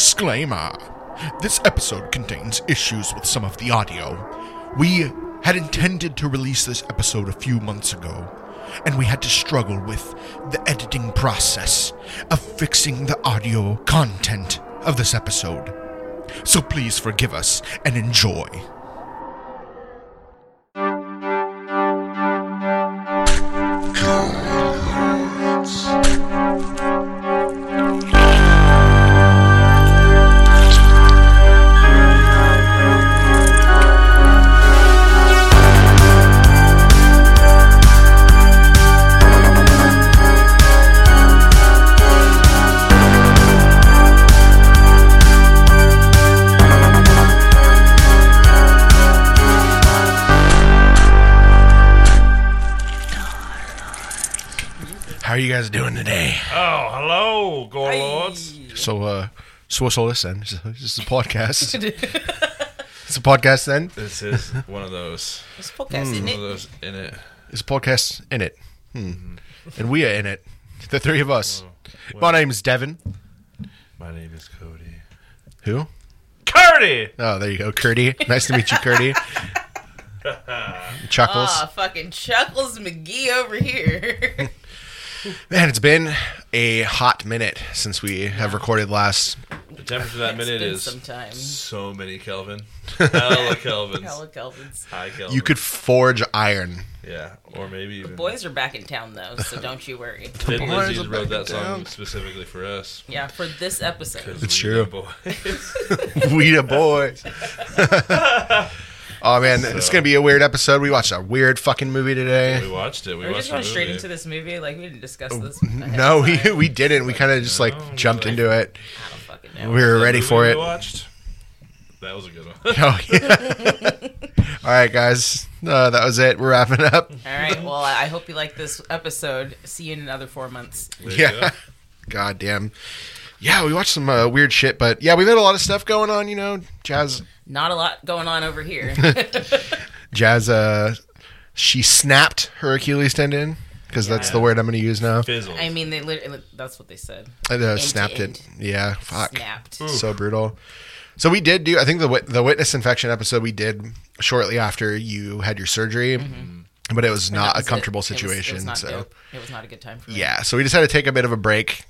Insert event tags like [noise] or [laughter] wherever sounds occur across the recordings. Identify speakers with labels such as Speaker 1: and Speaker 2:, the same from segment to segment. Speaker 1: Disclaimer This episode contains issues with some of the audio. We had intended to release this episode a few months ago, and we had to struggle with the editing process of fixing the audio content of this episode. So please forgive us and enjoy. How are you guys doing today?
Speaker 2: Oh, hello, Gore Lords.
Speaker 1: So, uh, so what's all this then? This is a podcast. [laughs] it's a podcast then?
Speaker 2: This is one of those.
Speaker 3: It's a podcast,
Speaker 1: Hmm.
Speaker 3: isn't
Speaker 2: One of
Speaker 3: it?
Speaker 2: those in it.
Speaker 1: It's a podcast in it. Hmm. Oh, And we are in it. The three of us. My name's Devin.
Speaker 2: My name is Cody.
Speaker 1: Who?
Speaker 2: Cody!
Speaker 1: Oh, there you go. Curdy. Nice to meet you, [laughs] Curdy. Chuckles.
Speaker 3: Ah, fucking Chuckles McGee over here. [laughs]
Speaker 1: Man, it's been a hot minute since we have recorded last.
Speaker 2: The temperature that
Speaker 3: It's
Speaker 2: minute
Speaker 3: been
Speaker 2: is
Speaker 3: some time.
Speaker 2: so many [laughs] Kelvin. Hella Kelvins.
Speaker 3: Hello, Kelvins.
Speaker 2: High Kelvin.
Speaker 1: You could forge iron. [laughs]
Speaker 2: Yeah, or maybe even.
Speaker 3: Boys are back in town though, so don't you worry.
Speaker 2: Thin
Speaker 1: Boys
Speaker 2: Lizzy
Speaker 1: are
Speaker 2: wrote
Speaker 1: back
Speaker 2: that song
Speaker 1: down.
Speaker 2: specifically for us.
Speaker 3: Yeah, for this episode.
Speaker 1: It's
Speaker 2: We uh, the
Speaker 1: true.
Speaker 2: Boys.
Speaker 1: we the boys. [laughs] oh man, it's gonna be a weird episode. We watched a weird fucking movie
Speaker 2: [laughs] we
Speaker 1: today.
Speaker 2: watched it. We
Speaker 3: We're
Speaker 2: watched
Speaker 3: just
Speaker 2: the
Speaker 3: going straight
Speaker 2: movie.
Speaker 3: into this movie. Like we didn't discuss this. ahead
Speaker 1: Oh, No, [laughs]
Speaker 3: of
Speaker 1: we
Speaker 3: time.
Speaker 1: we didn't. We kind of just like jumped into it. [laughs]
Speaker 3: I don't fucking know.
Speaker 1: We were
Speaker 2: The
Speaker 1: ready
Speaker 2: movie
Speaker 1: for
Speaker 2: we
Speaker 1: it. Oh,
Speaker 2: watched. That was a
Speaker 1: [laughs]
Speaker 2: good one. [laughs]
Speaker 3: [laughs]
Speaker 1: yeah. All right, guys, uh, that was it. We're wrapping up.
Speaker 3: All right. Well, I I hope you like this episode. See you in another four months.
Speaker 2: There you
Speaker 1: Yeah.
Speaker 2: go.
Speaker 1: [laughs] God damn. Yeah, we watched some uh, weird shit, but yeah, we've had a lot of stuff going on. You know, jazz,
Speaker 3: Not a lot going on
Speaker 1: [laughs]
Speaker 3: over here.
Speaker 1: jazz. Uh, she snapped her Achilles tendon because that's the word I'm going to use now.
Speaker 2: Fizzled.
Speaker 3: I mean, they literally—that's what they said.
Speaker 1: I uh, snapped
Speaker 3: end.
Speaker 1: it. Yeah, fuck.
Speaker 3: Snapped.
Speaker 1: so brutal. So we did do. I think the wit- the witness infection episode we did shortly after you had your surgery, but it was
Speaker 3: Mm-hmm. That
Speaker 1: not a
Speaker 3: was it.
Speaker 1: comfortable
Speaker 3: It was- it was
Speaker 1: situation.
Speaker 3: not
Speaker 1: so
Speaker 3: dope. it was not a good time for me.
Speaker 1: yeah, so we decided to take a bit of a break.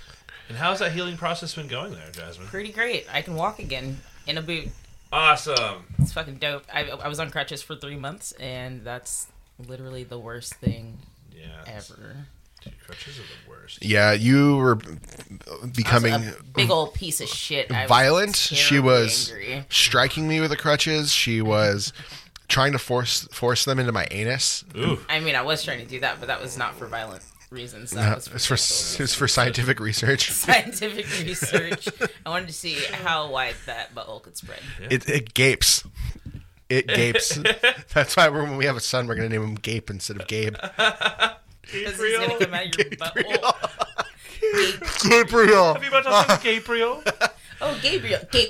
Speaker 2: and how's that healing process been going there, Jasmine?
Speaker 3: pretty great. I can walk again in a boot.
Speaker 2: Awesome.
Speaker 3: It's fucking dope. I, I was on crutches for three months, and that's literally the worst thing
Speaker 2: Yeah.
Speaker 3: ever.
Speaker 2: Dude, crutches are the worst.
Speaker 1: Yeah, you were becoming
Speaker 3: a big old piece of shit. I was
Speaker 1: violent. She
Speaker 3: terribly
Speaker 1: was
Speaker 3: angry.
Speaker 1: striking me with the crutches.
Speaker 3: [laughs]
Speaker 1: She was trying to force force them into my anus.
Speaker 2: Ooh.
Speaker 3: I mean, I was trying to do that, but that was not for violent reasons. That was for,
Speaker 1: Uh, It's for
Speaker 3: sexual
Speaker 1: [laughs] it's for scientific research.
Speaker 3: scientific research. I wanted to see how wide that butthole could spread.
Speaker 1: It, it gapes. It
Speaker 3: [laughs]
Speaker 1: gapes. That's why we're, when we have a son, we're gonna name him Gape instead of
Speaker 3: [laughs]
Speaker 1: Gabe.
Speaker 3: Because it's gonna come out
Speaker 1: [laughs]
Speaker 3: of your butthole.
Speaker 1: Gabriel.
Speaker 2: Have you about to
Speaker 3: [laughs]
Speaker 2: talk
Speaker 1: [laughs]
Speaker 2: to Gabriel?
Speaker 3: Oh, Gabriel, Gabe.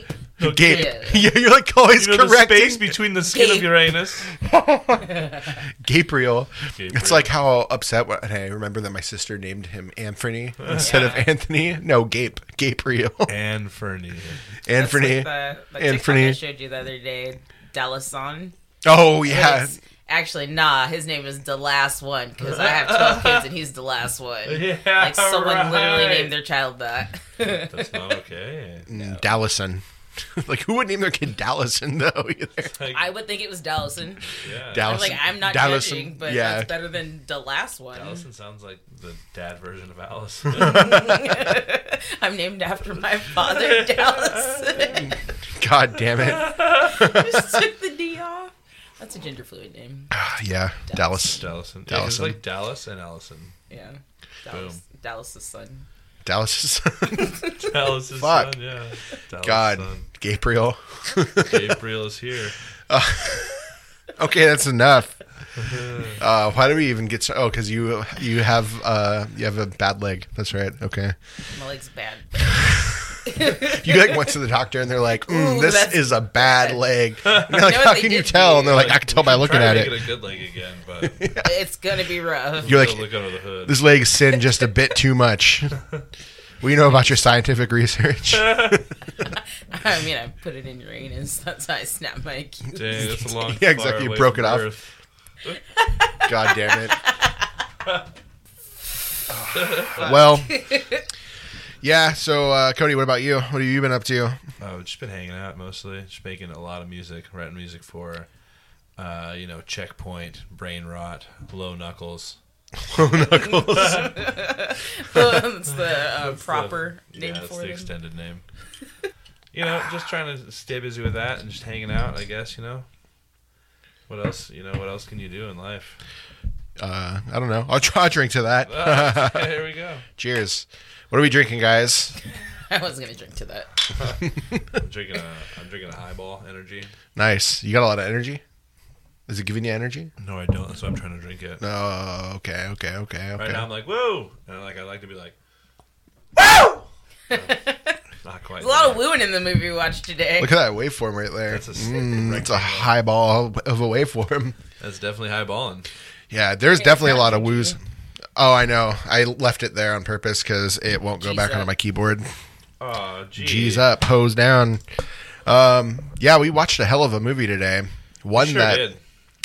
Speaker 1: Gape.
Speaker 3: Yeah.
Speaker 1: Yeah, [laughs] you're like always
Speaker 2: You know the space
Speaker 1: correcting.
Speaker 2: between the skin of
Speaker 3: Gabe.
Speaker 2: your anus.
Speaker 1: Gabriel.
Speaker 2: Gabriel.
Speaker 1: It's like how upset when I remember that my sister named him
Speaker 3: [laughs]
Speaker 1: Anthony instead of Anthony. No, Gape. Gabriel. [laughs]
Speaker 2: And Fernie.
Speaker 1: Anthony.
Speaker 3: That's like the, that
Speaker 1: And
Speaker 3: TikTok
Speaker 1: Fernie.
Speaker 3: I showed you the other day. Dallason.
Speaker 1: Oh yeah.
Speaker 3: It's- Actually, nah. His name is the last one because I have
Speaker 1: [laughs]
Speaker 3: twelve kids and he's the last one.
Speaker 2: Yeah,
Speaker 3: [laughs] like someone literally
Speaker 2: right.
Speaker 3: named their child that.
Speaker 2: That's
Speaker 3: [laughs]
Speaker 2: not okay.
Speaker 1: Mm, Dallison. [laughs] like who would name their kid Dallison though? [laughs]
Speaker 3: [laughs]
Speaker 1: Either.
Speaker 2: Like,
Speaker 3: I would think it was Dallison.
Speaker 2: yeah.
Speaker 3: I'm
Speaker 1: Dallison.
Speaker 3: like, I'm not
Speaker 1: Dallison.
Speaker 3: judging, but
Speaker 1: yeah.
Speaker 3: that's better than the last one.
Speaker 2: Allison sounds like the dad version of Alice.
Speaker 1: [laughs]
Speaker 2: That's
Speaker 3: [laughs] I'm named after my
Speaker 1: [laughs]
Speaker 3: father, Dallison. [laughs]
Speaker 1: God damn it.
Speaker 3: Just took the D off. That's a gender fluid name.
Speaker 1: Ah, yeah. Dallas.
Speaker 2: Allison. Yeah, 'cause it's
Speaker 1: Dallison.
Speaker 2: like Dallas and Allison. [laughs]
Speaker 3: Yeah, Dallas, Dallas's son.
Speaker 1: Dallas is [laughs]
Speaker 2: Dallas is
Speaker 1: Fuck.
Speaker 2: son, yeah. Dallas
Speaker 1: God. [laughs]
Speaker 2: son.
Speaker 1: Gabriel.
Speaker 2: Gabriel is here.
Speaker 1: Okay, that's enough.
Speaker 3: [laughs]
Speaker 1: Uh, why do we even get? So- oh, because you you have uh, you have a bad leg. That's right. Okay,
Speaker 3: My leg's bad. [laughs]
Speaker 1: you like went to the doctor and they're like, mm,
Speaker 3: Ooh,
Speaker 1: "This
Speaker 3: that's-
Speaker 1: is a bad
Speaker 3: [laughs]
Speaker 1: leg." And they're like,
Speaker 3: know what
Speaker 1: "How
Speaker 3: they
Speaker 1: can you
Speaker 3: did to
Speaker 1: tell?"
Speaker 3: me?
Speaker 1: And they're like, "I can tell by looking at it."
Speaker 2: Get a good leg again, but
Speaker 3: It's gonna be
Speaker 1: [laughs]
Speaker 3: rough.
Speaker 1: You're
Speaker 2: still
Speaker 1: like,
Speaker 2: look under the hood.
Speaker 1: "This leg is
Speaker 2: [laughs]
Speaker 1: sinned just a bit too much." We know about your scientific research.
Speaker 3: I mean, I put it in your anus. [laughs] That's how I snapped my Achilles.
Speaker 2: Dang,
Speaker 3: [laughs]
Speaker 1: [laughs]
Speaker 2: that's a long.
Speaker 1: Yeah, exactly,
Speaker 2: far
Speaker 1: you
Speaker 2: away
Speaker 1: broke
Speaker 2: from
Speaker 1: it off.
Speaker 2: Earth.
Speaker 1: God damn
Speaker 3: [laughs]
Speaker 1: it. well, yeah. So, uh, Cody, what about you? What have you been up to?
Speaker 2: Oh, I've just been hanging out mostly, just making a lot of music, writing music for, uh, you know, checkpoint, brain rot, low knuckles.
Speaker 3: that's
Speaker 2: [laughs]
Speaker 3: the uh, proper
Speaker 2: the,
Speaker 3: name
Speaker 2: Yeah, that's
Speaker 3: for
Speaker 2: the
Speaker 3: it.
Speaker 2: extended
Speaker 3: [laughs]
Speaker 2: name. you know, just trying to stay busy with that and just hanging out. I guess you know. What else? You know, what else can you do in [laughs] life?
Speaker 1: Uh, I don't know. I'll try a drink to that.
Speaker 2: Ah, here we go.
Speaker 1: Cheers. What are we drinking, guys?
Speaker 3: I was gonna drink to that.
Speaker 2: I'm drinking a. I'm drinking a highball energy.
Speaker 1: Nice. You got a lot of energy. Is it giving you energy?
Speaker 2: No, I don't. That's why I'm trying to drink it.
Speaker 1: Oh, okay, okay, okay,
Speaker 2: Right
Speaker 1: okay.
Speaker 2: now, I'm like, woo, and like I like to be like, woo. Not quite.
Speaker 3: There's a lot of
Speaker 2: there.
Speaker 3: wooing in the movie we watched today.
Speaker 1: Look at that waveform right there.
Speaker 2: That's a sick
Speaker 1: Mm, it's a
Speaker 2: rectangle.
Speaker 1: high ball of a waveform. [laughs]
Speaker 2: That's definitely highballing.
Speaker 1: Yeah, there's
Speaker 3: Yeah,
Speaker 1: definitely a lot of
Speaker 3: exactly.
Speaker 1: woos. Oh, I know. I left it there on purpose because it won't go
Speaker 3: G's
Speaker 1: back
Speaker 3: up.
Speaker 1: onto my
Speaker 2: [laughs]
Speaker 1: keyboard.
Speaker 2: Oh, geez.
Speaker 1: G's up, hose down. Um, yeah, we watched a hell of a movie today. One
Speaker 2: Sure
Speaker 1: that
Speaker 2: did.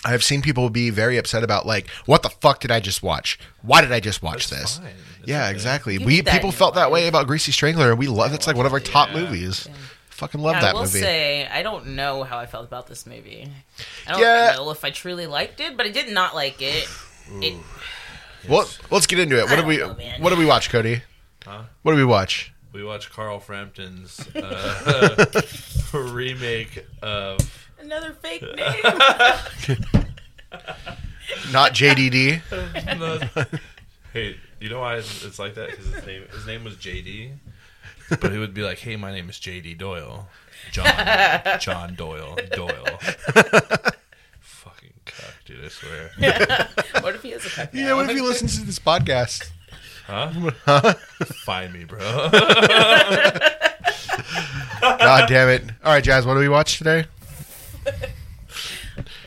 Speaker 1: I've seen people be very upset about, like, what the fuck did I just watch? Why did I just watch this?
Speaker 2: That's fine. It's
Speaker 1: yeah,
Speaker 2: okay.
Speaker 1: exactly.
Speaker 3: You
Speaker 1: we
Speaker 3: need that
Speaker 1: people
Speaker 3: in your
Speaker 1: felt that
Speaker 3: life.
Speaker 1: way about Greasy Strangler, and we love. It's like one of our top
Speaker 2: Yeah.
Speaker 1: movies. Fucking love
Speaker 3: Yeah,
Speaker 1: that
Speaker 3: I will
Speaker 1: movie.
Speaker 3: say I don't know how I felt about this movie. I don't
Speaker 1: Yeah.
Speaker 3: know if I truly liked it, but I did not
Speaker 1: [sighs]
Speaker 3: like it. It
Speaker 1: Well, let's get into it. What
Speaker 3: I
Speaker 1: did we?
Speaker 3: don't know, man.
Speaker 1: what did we watch, Cody?
Speaker 2: Huh?
Speaker 1: What did we watch?
Speaker 2: We watched Carl Frampton's uh, remake of.
Speaker 3: another
Speaker 2: [laughs]
Speaker 3: fake name. [laughs]
Speaker 1: Not JDD.
Speaker 2: hey, you know why it's it's like that? Because his name, his name was JD, but he would be like, "Hey, my name is JD Doyle, John, John Doyle, Doyle." Fucking cock, dude! I swear.
Speaker 3: what if he is a cuck
Speaker 1: yeah,
Speaker 3: now?
Speaker 1: what if he listens to this podcast?
Speaker 2: Huh? Find me, bro.
Speaker 1: God damn it! All right, Jazz, what did we watch today?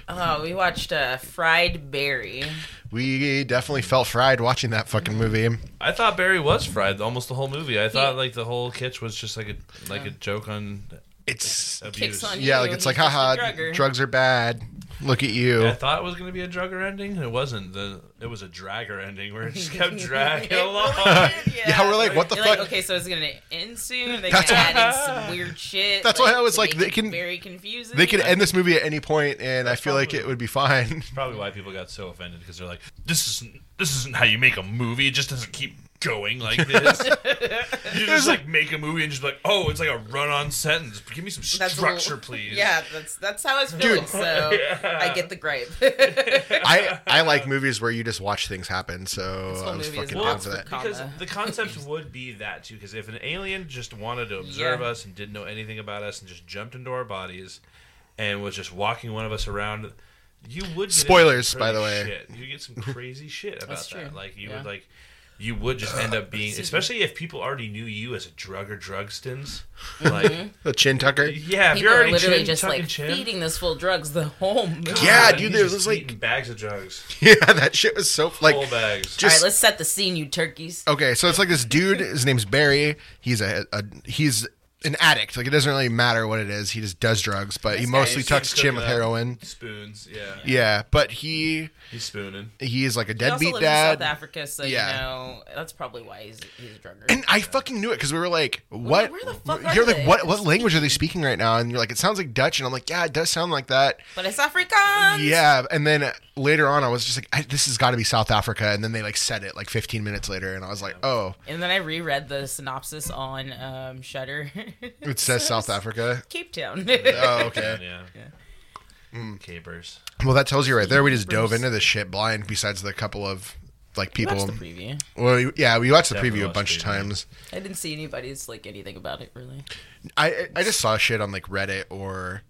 Speaker 3: Oh, we watched uh, Fried Berry.
Speaker 1: We definitely felt fried watching that fucking movie.
Speaker 2: I thought Barry was fried almost the whole movie. I thought like the whole kitsch was just like a like a joke on
Speaker 1: It's
Speaker 2: abuse.
Speaker 3: on
Speaker 1: yeah,
Speaker 3: you,
Speaker 1: like it's
Speaker 3: he's
Speaker 1: like,
Speaker 3: just a
Speaker 1: haha,
Speaker 3: drugger."
Speaker 1: drugs are bad. Look at you.
Speaker 2: I thought it was gonna be a drugger ending. It wasn't. The it was a dragger ending where it just
Speaker 3: [laughs]
Speaker 2: kept dragging
Speaker 3: It
Speaker 2: along.
Speaker 3: really did,
Speaker 1: [laughs] Yeah, we're like, what the
Speaker 3: You're
Speaker 1: fuck?
Speaker 3: like, okay, so it's gonna end soon. Are they
Speaker 1: That's
Speaker 3: gonna
Speaker 1: what- [laughs]
Speaker 3: add in some weird shit?
Speaker 1: That's why I was
Speaker 3: to
Speaker 1: like,
Speaker 3: make
Speaker 1: they
Speaker 3: it
Speaker 1: can-
Speaker 3: very confusing.
Speaker 1: They could end this movie at any point, and I feel like
Speaker 2: probably-
Speaker 1: it would be fine.
Speaker 2: Probably why people got so offended because they're like, this isn't this isn't how you make a movie. It just doesn't keep going like this. you just like make a movie and just be like, oh, it's like a run-on sentence. Give me some
Speaker 3: That's a
Speaker 2: structure,
Speaker 3: little-
Speaker 2: please.
Speaker 3: Yeah, that's that's how it's feeling. So I get
Speaker 2: [laughs]
Speaker 3: the gripe. this
Speaker 1: I I like movies where you just watch things happen, so
Speaker 3: whole
Speaker 1: I was
Speaker 3: movie is
Speaker 1: fucking
Speaker 3: nuts
Speaker 1: down for
Speaker 3: with
Speaker 1: that.
Speaker 3: comma.
Speaker 2: Because the
Speaker 3: [laughs]
Speaker 2: concept would be that too. Because if an alien just wanted to observe
Speaker 3: Yeah.
Speaker 2: us and didn't know anything about us and just jumped into our bodies and was just walking one of us around, you would get
Speaker 1: Spoilers,
Speaker 2: into some
Speaker 1: by the
Speaker 2: crazy
Speaker 1: way.
Speaker 2: Shit. You get some crazy shit about
Speaker 3: That's
Speaker 2: that.
Speaker 3: true.
Speaker 2: Like you
Speaker 3: Yeah.
Speaker 2: would like, you would just end up being, especially if people already knew you as a drug or drugstins. Like,
Speaker 1: The chin tucker.
Speaker 2: yeah, if
Speaker 3: Mm-hmm. [laughs] People
Speaker 2: you're
Speaker 3: are
Speaker 2: already
Speaker 3: literally
Speaker 2: chin,
Speaker 3: just like
Speaker 2: chin,
Speaker 3: feeding this full drugs the whole movie.
Speaker 1: Yeah,
Speaker 2: God,
Speaker 1: dude,
Speaker 2: he's
Speaker 1: there
Speaker 2: just
Speaker 1: was, like-
Speaker 2: eating bags of drugs,
Speaker 1: [laughs] Yeah, that shit was so like
Speaker 2: whole bags.
Speaker 1: just Oh,
Speaker 3: All right, let's set the scene, you turkeys.
Speaker 1: Okay, so it's like this dude. His name's Barry. He's a, a he's an addict. Like it doesn't really matter what it is. He just does drugs, but he
Speaker 3: This guy
Speaker 1: mostly
Speaker 2: He's seen
Speaker 1: tucks chin
Speaker 2: cooking
Speaker 1: with
Speaker 2: up
Speaker 1: heroin.
Speaker 2: spoons. Yeah,
Speaker 1: Yeah, but he
Speaker 2: he's spooning.
Speaker 1: he is like a
Speaker 3: He also
Speaker 1: deadbeat
Speaker 3: lives in South
Speaker 1: dad.
Speaker 3: Africa, so
Speaker 1: Yeah.
Speaker 3: you know that's probably why he's he's a drugger.
Speaker 1: And I fucking knew it because we were like, "What?
Speaker 3: where the fuck are
Speaker 1: you're like,
Speaker 3: they?
Speaker 1: what? What language are they speaking right now?" And you're like, "It sounds like Dutch." And I'm like, "Yeah, it does sound like that."
Speaker 3: but it's Afrikaans.
Speaker 1: Yeah. And then later on, I was just like, I, "This has got to be South Africa." And then they like said it like 15 minutes later, and I was like, "Oh,
Speaker 3: And then I reread the synopsis on um, Shutter.
Speaker 1: it says
Speaker 3: [laughs]
Speaker 1: South Africa."
Speaker 3: Cape Town.
Speaker 1: Oh, okay.
Speaker 2: Yeah.
Speaker 1: Mm.
Speaker 2: Capers.
Speaker 1: Well, that tells you right there. We just dove into this shit blind. Besides the couple of like people.
Speaker 3: [laughs] Watch the preview.
Speaker 1: well, we- yeah, we watched the
Speaker 2: Definitely
Speaker 1: preview a
Speaker 2: watched
Speaker 1: bunch
Speaker 2: the
Speaker 1: of
Speaker 2: preview.
Speaker 1: times.
Speaker 3: I didn't see anybody's like anything about it really.
Speaker 1: I I just saw shit on like Reddit or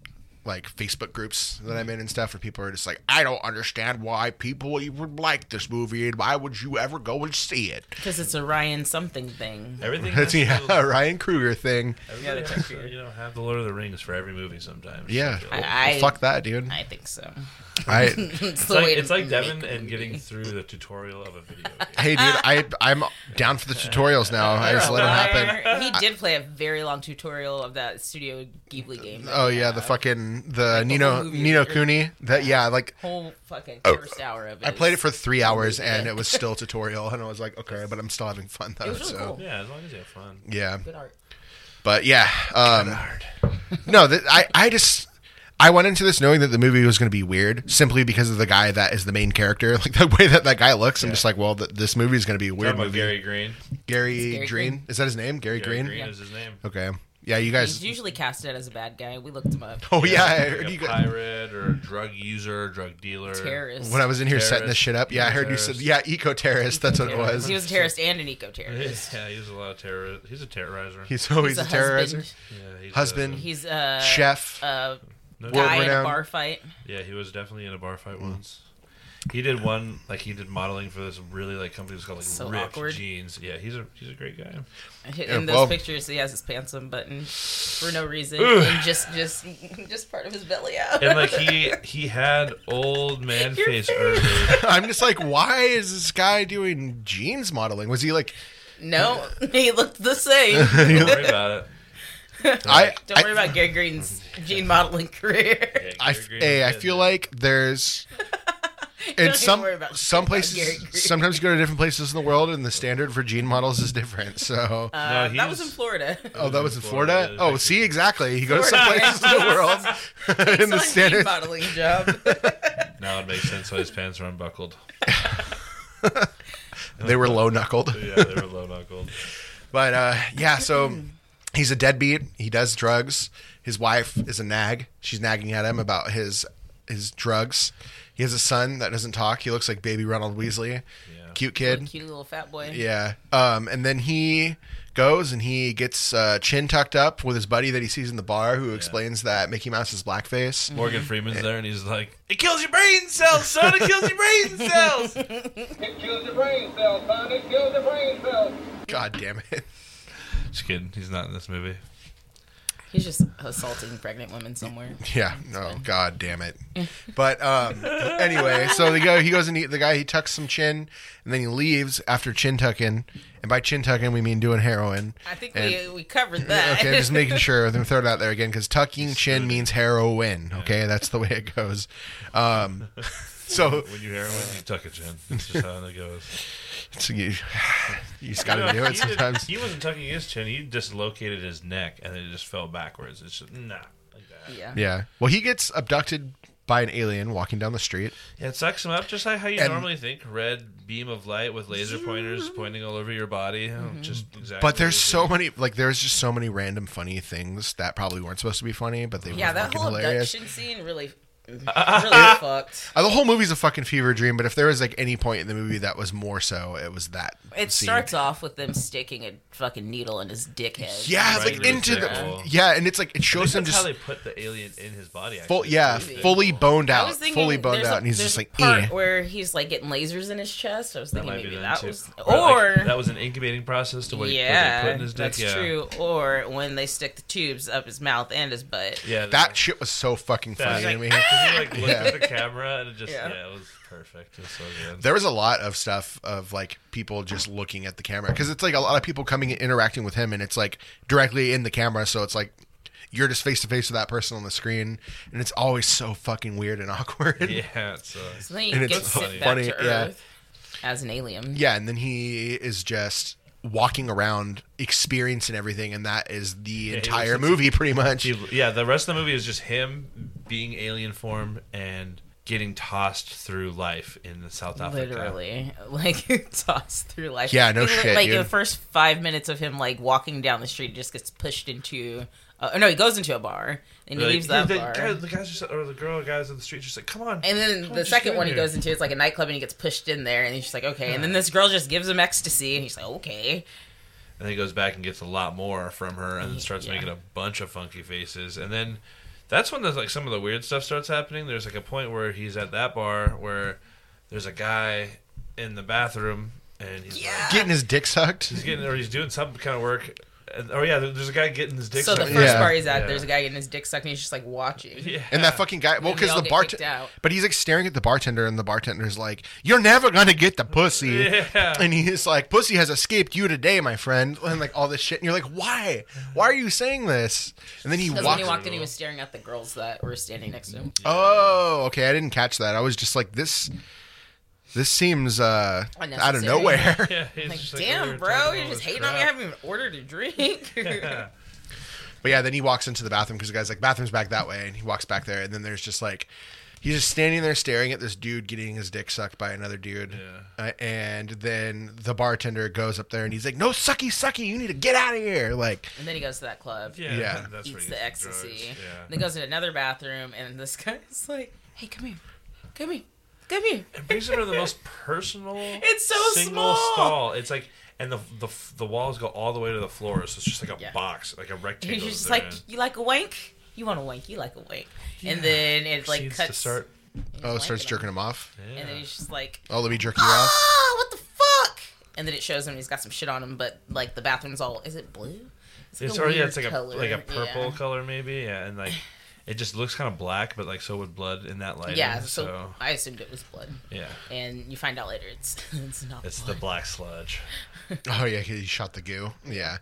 Speaker 1: like Facebook groups that I'm in and stuff, where people are just like, I don't understand why people even like this movie, and why would you ever go and see
Speaker 2: [laughs]
Speaker 1: it?
Speaker 3: because it's a Ryan something thing.
Speaker 2: Everything has
Speaker 1: That's [laughs] yeah,
Speaker 2: those-
Speaker 1: Ryan Kruger thing.
Speaker 2: everybody
Speaker 3: Yeah,
Speaker 2: has
Speaker 3: the-
Speaker 2: to, you know, have the Lord of the Rings for every movie sometimes.
Speaker 1: Yeah,
Speaker 2: feel.
Speaker 3: I-
Speaker 1: Well,
Speaker 3: I-
Speaker 1: fuck that, dude.
Speaker 3: I think so. [laughs]
Speaker 1: I
Speaker 3: It's,
Speaker 2: It's
Speaker 3: the way
Speaker 2: like,
Speaker 3: to
Speaker 2: it's like
Speaker 3: make
Speaker 2: Devin
Speaker 3: a
Speaker 2: and
Speaker 3: movie.
Speaker 2: getting through the tutorial of a
Speaker 3: [laughs]
Speaker 2: video game.
Speaker 1: hey, dude, I I'm down for the tutorials now. I just let them happen.
Speaker 3: Liar. He did play a very long tutorial of that Studio Ghibli game.
Speaker 1: Oh yeah, the fucking the
Speaker 3: the
Speaker 1: Nino
Speaker 3: whole movie.
Speaker 1: Nino Cooney. That yeah, like
Speaker 3: whole fucking first hour of it.
Speaker 1: Oh. I played it for three hours
Speaker 3: Yeah.
Speaker 1: and it was still tutorial, and I was like, okay, but I'm still having fun though.
Speaker 3: It was really
Speaker 1: so
Speaker 3: cool.
Speaker 2: Yeah, as long as you have fun.
Speaker 1: yeah,
Speaker 3: good art.
Speaker 1: but yeah, um, [laughs] no, that I I just. I went into this knowing that the movie was going to be weird, simply because of the guy that is the main character. [laughs] Like the way that that guy looks, I'm just like, well, th- this movie is going to be a
Speaker 2: Talking
Speaker 1: weird
Speaker 2: about
Speaker 1: movie.
Speaker 2: Gary Green.
Speaker 1: Gary,
Speaker 3: Gary
Speaker 1: Green.
Speaker 3: Green.
Speaker 1: is that his name? Gary,
Speaker 2: Gary Green,
Speaker 1: Green.
Speaker 2: is his name.
Speaker 1: Okay, yeah, you
Speaker 3: He's
Speaker 1: guys.
Speaker 3: usually casted as a bad guy. We looked him up.
Speaker 1: [laughs] Oh yeah, I
Speaker 2: like
Speaker 1: heard
Speaker 2: a
Speaker 1: you guys.
Speaker 2: pirate or a drug user, drug dealer.
Speaker 3: Terrorist.
Speaker 1: When I was in here setting this
Speaker 2: Terrorist.
Speaker 1: shit up, yeah, I heard you said,
Speaker 2: Terrorist.
Speaker 1: yeah, eco terrorist. [laughs] That's what it
Speaker 3: Terrorist.
Speaker 1: was.
Speaker 3: He was a terrorist and an eco
Speaker 2: [laughs]
Speaker 3: terrorist.
Speaker 2: Yeah, he's a lot of terror. He's a terrorizer.
Speaker 1: Oh, He's always a, terrorizer.
Speaker 3: husband. uh,
Speaker 2: yeah, he's
Speaker 1: Husband.
Speaker 2: a-
Speaker 3: He's a
Speaker 1: Chef.
Speaker 3: A
Speaker 2: no,
Speaker 1: World
Speaker 3: guy in a
Speaker 1: renowned.
Speaker 3: bar fight.
Speaker 2: Yeah, he was definitely in a bar fight once. He did one like he did modeling for this really like company that was called like
Speaker 3: So
Speaker 2: Ripped
Speaker 3: awkward.
Speaker 2: Jeans. Yeah, he's a he's a great guy.
Speaker 3: [laughs] In
Speaker 1: well-
Speaker 3: those pictures, he has his pants unbuttoned for no reason, and just just just part of his belly out.
Speaker 2: And like he he had old man
Speaker 3: Your
Speaker 2: face
Speaker 3: face.
Speaker 2: early.
Speaker 1: [laughs] I'm just like, why is this guy doing jeans modeling? Was he [laughs] like,
Speaker 3: [laughs] no, he looked
Speaker 2: [laughs]
Speaker 3: the same.
Speaker 2: Don't worry about it.
Speaker 1: I,
Speaker 3: Don't worry
Speaker 1: I,
Speaker 3: about Gary Green's gene modeling career.
Speaker 2: [laughs]
Speaker 3: [laughs]
Speaker 2: Yeah,
Speaker 1: I,
Speaker 2: Gary Green
Speaker 1: hey, I
Speaker 2: is good,
Speaker 1: feel
Speaker 2: man.
Speaker 1: like there's
Speaker 3: Don't
Speaker 1: in
Speaker 3: even
Speaker 1: some
Speaker 3: worry about-
Speaker 1: some
Speaker 3: about Gary [laughs]
Speaker 1: places.
Speaker 3: Green.
Speaker 1: Sometimes you go to different places in the world, and the standard for gene models is different. So,
Speaker 2: No,
Speaker 3: Uh, that
Speaker 2: he's-
Speaker 3: was in Florida. [laughs]
Speaker 1: oh, that was [laughs] in
Speaker 2: in
Speaker 1: Florida.
Speaker 2: Florida.
Speaker 1: Oh, see, exactly. You go to some
Speaker 3: Florida.
Speaker 1: places in the
Speaker 3: [laughs]
Speaker 1: world, [laughs]
Speaker 3: He's
Speaker 1: and
Speaker 3: on
Speaker 1: the
Speaker 3: a
Speaker 1: standard.
Speaker 3: gene modeling job.
Speaker 1: [laughs]
Speaker 2: now it makes sense why his pants were unbuckled.
Speaker 1: They were low knuckled.
Speaker 2: Yeah, they were low knuckled.
Speaker 1: But uh, yeah, so he's a deadbeat. He does drugs. His wife is a nag. She's nagging at him about his his drugs. He has a son that doesn't talk. He looks like baby Ronald Weasley.
Speaker 2: Yeah.
Speaker 1: Cute kid.
Speaker 3: Cute little fat boy.
Speaker 1: Yeah. Um, and then he goes and he gets uh, chin tucked up with his buddy that he sees in the bar who explains that Mickey Mouse is
Speaker 3: Mm.
Speaker 1: blackface.
Speaker 2: Morgan Freeman's there and he's like, It kills your brain cells, son, it kills your brain cells.
Speaker 4: It kills your brain cells, son. It kills your brain cells.
Speaker 1: God damn it.
Speaker 2: Just kidding, he's not in this movie.
Speaker 3: He's just assaulting pregnant
Speaker 1: [laughs]
Speaker 3: women somewhere.
Speaker 1: Yeah. No. God damn it. But um, anyway, so they go. He goes and he, the guy he tucks some chin, and then he leaves after chin tucking. And by chin tucking, we mean doing heroin.
Speaker 3: I think
Speaker 1: And-
Speaker 3: we, we covered
Speaker 1: [laughs]
Speaker 3: that.
Speaker 1: Okay, just
Speaker 3: [laughs]
Speaker 1: making sure. I'm gonna throw it out there again because tucking chin means heroin. Okay, that's the way it goes. Um, so,
Speaker 2: When you hear him, you tuck it in. It's just how it goes.
Speaker 1: so you, [sighs] you just gotta
Speaker 2: No,
Speaker 1: do it
Speaker 2: [laughs] he didn't-
Speaker 1: sometimes.
Speaker 2: He wasn't tucking his chin. He dislocated his neck and it just fell backwards. It's just nah. Like that.
Speaker 3: yeah.
Speaker 1: Yeah. Well, he gets abducted by an alien walking down the street.
Speaker 2: Yeah, it sucks him up just like how you
Speaker 1: And-
Speaker 2: normally think. Red beam of light with laser pointers pointing all over your body. Oh,
Speaker 3: Mm-hmm.
Speaker 2: Just exactly.
Speaker 1: But there's so
Speaker 2: what
Speaker 1: many, like, there's just so many random funny things that probably weren't supposed to be funny, but they
Speaker 3: Yeah,
Speaker 1: were
Speaker 3: that
Speaker 1: fucking
Speaker 3: whole
Speaker 1: hilarious.
Speaker 3: abduction
Speaker 2: [laughs]
Speaker 3: scene really, really fucked.
Speaker 1: Uh, the whole movie's a fucking fever dream, but if there was like any point in the movie that was more so, it was that.
Speaker 3: It
Speaker 1: scene.
Speaker 3: starts off with them sticking a fucking needle in his dickhead.
Speaker 1: yeah,
Speaker 2: Right
Speaker 1: like
Speaker 2: into
Speaker 1: into
Speaker 2: the
Speaker 1: the
Speaker 2: table.
Speaker 1: yeah, and it's like it
Speaker 2: I think
Speaker 1: shows him
Speaker 2: that's how
Speaker 1: just
Speaker 2: they put the alien in his body. Actually.
Speaker 1: full, yeah,
Speaker 3: movie.
Speaker 1: fully boned
Speaker 3: I
Speaker 1: out,
Speaker 3: was thinking
Speaker 1: fully boned
Speaker 3: there's a-
Speaker 1: out, and he's
Speaker 3: there's
Speaker 1: just
Speaker 3: a
Speaker 1: like,
Speaker 3: part
Speaker 1: eh.
Speaker 3: where he's like getting lasers in his chest. I was
Speaker 2: That
Speaker 3: thinking
Speaker 2: might be
Speaker 3: maybe
Speaker 2: them
Speaker 3: that
Speaker 2: too.
Speaker 3: was,
Speaker 2: But, like,
Speaker 3: or
Speaker 2: that was an incubating process to what he- what
Speaker 3: yeah,
Speaker 2: they put in his dick.
Speaker 3: that's
Speaker 2: yeah.
Speaker 3: true. Or when they stick the tubes up his mouth and his butt.
Speaker 2: Yeah,
Speaker 1: that shit was so fucking
Speaker 2: that-
Speaker 1: funny to
Speaker 2: [laughs]
Speaker 1: me.
Speaker 2: He like looked
Speaker 1: Yeah.
Speaker 2: at the camera and it just
Speaker 3: Yeah.
Speaker 2: yeah, it was perfect. It was so good.
Speaker 1: There was a lot of stuff of like people just looking at the camera because it's like a lot of people coming and interacting with him, and it's like directly in the camera, so it's like you're just face to face with that person on the screen, and it's always so fucking weird and [laughs] awkward.
Speaker 2: [laughs] yeah, it's uh,
Speaker 3: So then you
Speaker 1: And
Speaker 3: get
Speaker 1: it's
Speaker 3: sent back
Speaker 1: funny,
Speaker 3: to
Speaker 1: yeah.
Speaker 3: Earth as an alien.
Speaker 1: Yeah, and then he is just walking around, experiencing everything, and that is the
Speaker 2: was
Speaker 1: entire
Speaker 2: just-
Speaker 1: movie, pretty much.
Speaker 2: He- yeah, the rest of the movie is just him being alien form and getting tossed through life in South Africa.
Speaker 3: literally [laughs] like tossed through life.
Speaker 1: Yeah, no
Speaker 3: He li-
Speaker 1: shit,
Speaker 3: Like
Speaker 1: dude.
Speaker 3: the first five minutes of him like walking down the street, just gets pushed into. Uh, no, he goes into a bar and he
Speaker 2: Like,
Speaker 3: leaves that
Speaker 2: the,
Speaker 3: bar.
Speaker 2: guy- the guys just or the girl guys on the street just like, come on.
Speaker 3: and then
Speaker 2: come
Speaker 3: the
Speaker 2: on,
Speaker 3: second
Speaker 2: just
Speaker 3: one
Speaker 2: get
Speaker 3: he
Speaker 2: in
Speaker 3: goes into is like a nightclub and he gets pushed in there and he's just like okay and then this girl just gives him ecstasy and he's like okay
Speaker 2: here." and then he goes back and gets a lot more from her and then starts
Speaker 3: Yeah.
Speaker 2: making a bunch of funky faces and then That's when there's like some of the weird stuff starts happening. There's like a point where he's at that bar where there's a guy in the bathroom and he's like,
Speaker 1: Getting his dick
Speaker 3: [laughs]
Speaker 1: sucked.
Speaker 2: he's getting or he's doing some kind of work. And, oh yeah, there- there's a guy getting his dick.
Speaker 3: So the
Speaker 2: sucked.
Speaker 3: first
Speaker 1: Yeah.
Speaker 3: bar he's at,
Speaker 2: Yeah.
Speaker 3: there's a guy getting his dick sucked, and he's just like watching.
Speaker 2: [laughs]
Speaker 3: [laughs]
Speaker 2: yeah.
Speaker 1: And that fucking guy, well,
Speaker 3: And they
Speaker 1: because
Speaker 3: all
Speaker 1: the
Speaker 3: get kicked
Speaker 1: bartender,
Speaker 3: out.
Speaker 1: but he's like staring at the bartender, and the bartender's like, "You're never gonna get the
Speaker 3: [laughs]
Speaker 1: pussy,"
Speaker 2: Yeah.
Speaker 1: and he's like, "Pussy has escaped you today, my friend," [laughs] and like all this shit, and you're like, "Why? Why are you saying this?" And then he
Speaker 3: Because when
Speaker 1: walks.
Speaker 3: he walked in, he was staring at the girls that were standing next to him.
Speaker 1: oh, okay, I didn't catch that. I was just like, this, this seems uh, out of
Speaker 3: Unnecessary. [laughs]
Speaker 1: nowhere.
Speaker 2: Yeah, he's
Speaker 3: Like,
Speaker 2: just
Speaker 3: damn,
Speaker 2: "Oh, talking
Speaker 3: bro,
Speaker 2: about
Speaker 3: you're just
Speaker 2: this
Speaker 3: hating on
Speaker 2: crap."
Speaker 3: me. I [laughs] haven't even ordered
Speaker 2: [laughs]
Speaker 3: a drink. [laughs]
Speaker 1: But yeah, then he walks into the bathroom because the guy's like, bathroom's back that way. And he walks back there. And then there's just like, he's just standing there staring at this dude getting his dick sucked by another dude.
Speaker 2: Yeah.
Speaker 1: Uh, and then the bartender goes up there and he's like, no, sucky, sucky, you need to get out of here. Like,
Speaker 3: And then he goes to that club,
Speaker 2: Yeah,
Speaker 1: Yeah.
Speaker 2: that's where
Speaker 3: eats
Speaker 2: he
Speaker 3: the
Speaker 2: gets drugs.
Speaker 3: ecstasy.
Speaker 2: Yeah.
Speaker 3: Then goes to another bathroom, and this [laughs] guy's like, "Hey, come here, come here, come here."
Speaker 2: It brings him to the
Speaker 3: [laughs]
Speaker 2: most personal.
Speaker 3: It's so
Speaker 2: single
Speaker 3: small.
Speaker 2: stall. It's like, and the, the the walls go all the way to the floor, so it's just like a
Speaker 3: Yeah.
Speaker 2: box, like a
Speaker 3: And
Speaker 2: rectangle.
Speaker 3: he's just
Speaker 2: that
Speaker 3: like,
Speaker 2: they're
Speaker 3: "You like a wank? You want a wank? You like a wank?" And then
Speaker 2: in.
Speaker 3: it like
Speaker 2: Proceeds
Speaker 3: cuts.
Speaker 2: to start.
Speaker 3: and
Speaker 1: oh,
Speaker 3: he's
Speaker 1: starts
Speaker 3: wanking
Speaker 1: jerking him off.
Speaker 2: Yeah.
Speaker 3: him. And then he's just like,
Speaker 1: Oh, let me jerk you off. [laughs]
Speaker 3: "Ah, what the fuck?" And then it shows him he's got some shit on him, but like the bathroom's all is it blue? like,
Speaker 2: it's
Speaker 3: a
Speaker 2: already
Speaker 3: weird
Speaker 2: it's like
Speaker 3: color,
Speaker 2: a like a purple
Speaker 3: yeah.
Speaker 2: color maybe, yeah, and like it just looks kind of black, but like so would blood in that light.
Speaker 3: Yeah,
Speaker 2: so,
Speaker 3: so, I assumed it was blood,
Speaker 2: yeah,
Speaker 3: and you find out later it's [laughs] it's not.
Speaker 2: it's the
Speaker 3: blood.
Speaker 2: black sludge.
Speaker 1: Oh, yeah, he shot the goo. Yeah.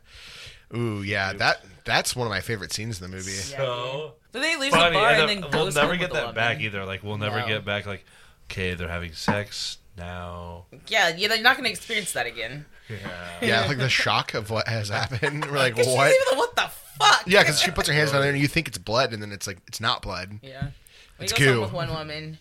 Speaker 1: Ooh, yeah, that that's one of my favorite scenes in the movie.
Speaker 3: Yeah,
Speaker 2: So
Speaker 3: But they leave
Speaker 2: funny,
Speaker 3: the bar
Speaker 2: and
Speaker 3: and,
Speaker 2: then
Speaker 3: then
Speaker 2: we'll
Speaker 3: goes
Speaker 2: never
Speaker 3: home
Speaker 2: get
Speaker 3: with the
Speaker 2: that back
Speaker 3: woman.
Speaker 2: either. Like we'll never
Speaker 3: No.
Speaker 2: get back. Like okay, they're having sex now.
Speaker 3: Yeah, yeah, they're not gonna experience that again.
Speaker 2: Yeah.
Speaker 1: Yeah, like the shock of what has happened. [laughs] We're like,
Speaker 3: [laughs] 'Cause she's
Speaker 1: what?
Speaker 3: even the- what the fuck?
Speaker 1: Yeah, because she puts her hands down there and you think it's blood, and then it's like, it's not blood.
Speaker 3: [laughs] yeah. When
Speaker 1: It's
Speaker 3: he goes
Speaker 1: goo.
Speaker 3: home with one woman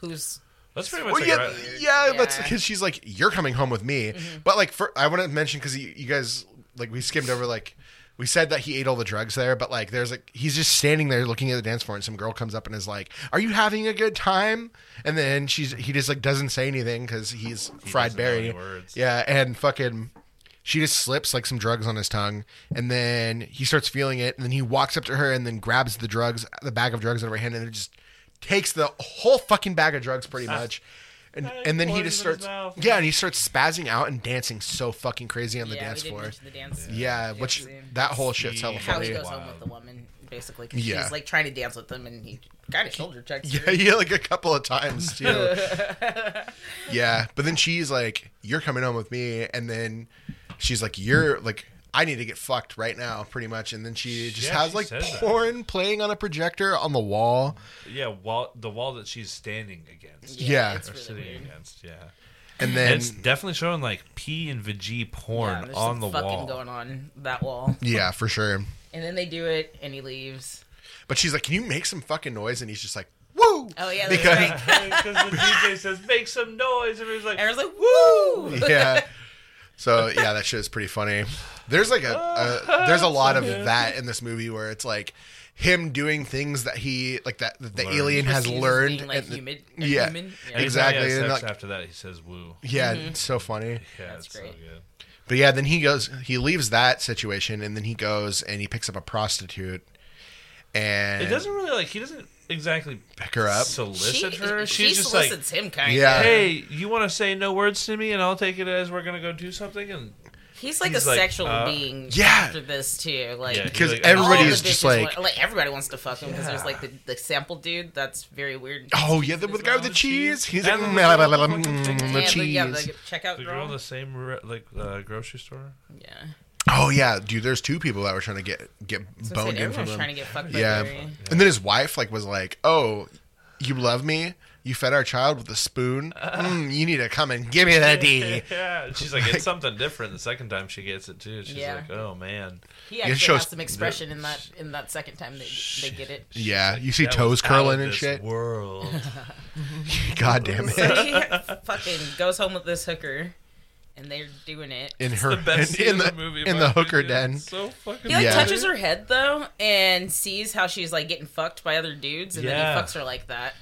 Speaker 3: who's
Speaker 2: That's pretty much
Speaker 1: Well,
Speaker 2: like,
Speaker 1: yeah,
Speaker 2: right-
Speaker 1: yeah, that's
Speaker 3: Yeah.
Speaker 1: because she's like, you're coming home with me. But like, for, I want to mention because you, you guys like we skimmed over like we said that he ate all the drugs there, but like there's like he's just standing there looking at the dance floor, and some girl comes up and is like, "Are you having a good time?" And then she's he just like doesn't say anything because he's fried
Speaker 2: doesn't know
Speaker 1: berry.
Speaker 2: any words.
Speaker 1: Yeah, and fucking. She just slips like some drugs on his tongue, and then he starts feeling it, and then he walks up to her and then grabs the drugs, the bag of drugs out of her hand, and then just takes the whole fucking bag of drugs
Speaker 2: [laughs]
Speaker 1: pretty much. And, and then he
Speaker 2: pours
Speaker 1: just
Speaker 2: it in his
Speaker 1: starts,
Speaker 2: mouth.
Speaker 1: yeah, and he starts spazzing out and dancing so fucking crazy on the
Speaker 3: yeah,
Speaker 1: dance
Speaker 3: we did
Speaker 1: floor.
Speaker 3: mention the dance.
Speaker 1: Yeah, which
Speaker 3: scene.
Speaker 1: that whole shit's hella
Speaker 3: how he
Speaker 1: funny.
Speaker 3: goes
Speaker 2: Wild.
Speaker 3: home with the woman basically because
Speaker 1: Yeah.
Speaker 3: she's like trying to dance with him and he kind of shoulder
Speaker 1: [laughs]
Speaker 3: checks
Speaker 1: Yeah,
Speaker 3: her. [laughs]
Speaker 1: yeah, like a couple of times
Speaker 2: [laughs]
Speaker 1: too. yeah, but then she's like, "You're coming home with me," and then she's like, "You're like." I need to get fucked right now, pretty much. And then she just
Speaker 2: Yeah,
Speaker 1: has
Speaker 2: she
Speaker 1: like
Speaker 2: says that.
Speaker 1: porn playing on a projector on the wall.
Speaker 2: yeah, wall the wall that she's standing against
Speaker 1: yeah.
Speaker 3: it's
Speaker 2: or
Speaker 3: really
Speaker 2: sitting
Speaker 3: weird.
Speaker 2: against. Yeah,
Speaker 1: And
Speaker 2: And
Speaker 1: then
Speaker 2: it's definitely showing like P and VG
Speaker 3: Yeah,
Speaker 2: porn
Speaker 3: there's
Speaker 2: on
Speaker 3: some
Speaker 2: the
Speaker 3: fucking
Speaker 2: wall. [laughs]
Speaker 3: going on that wall,
Speaker 1: yeah, for sure.
Speaker 3: and then they do it, and he leaves.
Speaker 1: But she's like, "Can you make some fucking noise?" And he's just like, "Woo!"
Speaker 3: [laughs] Oh yeah,
Speaker 1: Because-
Speaker 3: because like,
Speaker 2: Because the DJ says make some noise, and he's like,
Speaker 3: Aaron's like, [laughs] "Woo!"
Speaker 1: [laughs] yeah. So yeah, that shit is pretty funny. There's like a,
Speaker 2: [laughs]
Speaker 1: a there's a lot of that in this movie where it's like him doing things that he like that, that the
Speaker 2: Learned.
Speaker 1: alien has
Speaker 3: Excuses
Speaker 1: learned.
Speaker 3: being, like,
Speaker 1: and the-
Speaker 3: humid- and
Speaker 1: yeah,
Speaker 3: human. Yeah.
Speaker 1: exactly.
Speaker 2: Yeah,
Speaker 1: and
Speaker 2: sex
Speaker 1: like,
Speaker 2: after that, he says
Speaker 3: [laughs]
Speaker 2: woo.
Speaker 1: yeah,
Speaker 3: Mm-hmm.
Speaker 1: it's so funny.
Speaker 2: Yeah,
Speaker 3: That's
Speaker 2: it's
Speaker 3: great.
Speaker 2: so good.
Speaker 1: But yeah, then he goes, he leaves that situation, and then he goes and he picks up a prostitute, and
Speaker 2: It doesn't really like he doesn't exactly
Speaker 1: pick her up.
Speaker 2: solicit
Speaker 3: she,
Speaker 2: her.
Speaker 3: she
Speaker 2: She's just like,
Speaker 3: solicits him kind of.
Speaker 1: Yeah.
Speaker 2: hey, you want to say no words to me, and I'll take it as we're gonna go do something. And
Speaker 3: He's like
Speaker 2: He's
Speaker 3: a
Speaker 2: like,
Speaker 3: sexual
Speaker 2: uh,
Speaker 3: being
Speaker 1: Yeah.
Speaker 3: after this too. Like
Speaker 2: Yeah,
Speaker 1: because
Speaker 2: Like, oh,
Speaker 3: all
Speaker 1: everybody
Speaker 3: the
Speaker 1: is just
Speaker 3: bitches
Speaker 1: like,
Speaker 3: want- like everybody wants to fuck him because
Speaker 2: Yeah.
Speaker 3: there's like the, the sample dude that's very weird.
Speaker 1: oh yeah, the,
Speaker 3: As
Speaker 1: the guy with the
Speaker 3: well.
Speaker 1: cheese. He's like,
Speaker 2: And
Speaker 1: mm,
Speaker 2: the-
Speaker 1: la, la, la, la,
Speaker 2: Yeah,
Speaker 1: mm,
Speaker 3: yeah,
Speaker 1: the
Speaker 3: the, yeah, the
Speaker 1: cheese.
Speaker 3: checkout
Speaker 2: the girl in
Speaker 3: girl.
Speaker 2: the same re- like uh,
Speaker 1: [laughs]
Speaker 2: grocery store.
Speaker 3: Yeah,
Speaker 1: Oh yeah, dude. There's two people that were trying to get get
Speaker 3: so it's like
Speaker 1: boned in from
Speaker 3: everyone's
Speaker 1: him.
Speaker 3: trying to get fucked by
Speaker 1: Yeah.
Speaker 3: Barry.
Speaker 1: And then his wife like was like, "Oh, you love me? You fed our child with a
Speaker 2: [laughs]
Speaker 1: spoon. Mm, you need to come and give me that D."
Speaker 2: Yeah, and [laughs] she's like it's something different. The second time she gets it too, she's
Speaker 3: Yeah.
Speaker 2: like, oh man.
Speaker 3: He actually
Speaker 1: shows-
Speaker 3: has some expression in that in that second time they they
Speaker 1: [laughs]
Speaker 3: get it.
Speaker 1: Yeah, you see
Speaker 2: That
Speaker 1: toes
Speaker 2: was out of
Speaker 1: curling and
Speaker 2: this
Speaker 1: shit. [laughs]
Speaker 2: World.
Speaker 1: God damn
Speaker 2: [laughs]
Speaker 1: it!
Speaker 3: So he [laughs] fucking goes home with this hooker, and they're doing it.
Speaker 1: In
Speaker 2: the
Speaker 1: her
Speaker 2: best
Speaker 1: in,
Speaker 2: scene
Speaker 1: in
Speaker 2: of
Speaker 1: the
Speaker 2: the movie.
Speaker 1: in
Speaker 2: my
Speaker 1: the hooker
Speaker 2: opinion.
Speaker 1: den.
Speaker 2: It's So fucking.
Speaker 3: He like
Speaker 1: Yeah.
Speaker 3: touches her head though and sees how she's like getting fucked by other dudes, and
Speaker 2: Yeah.
Speaker 3: then he fucks her like that.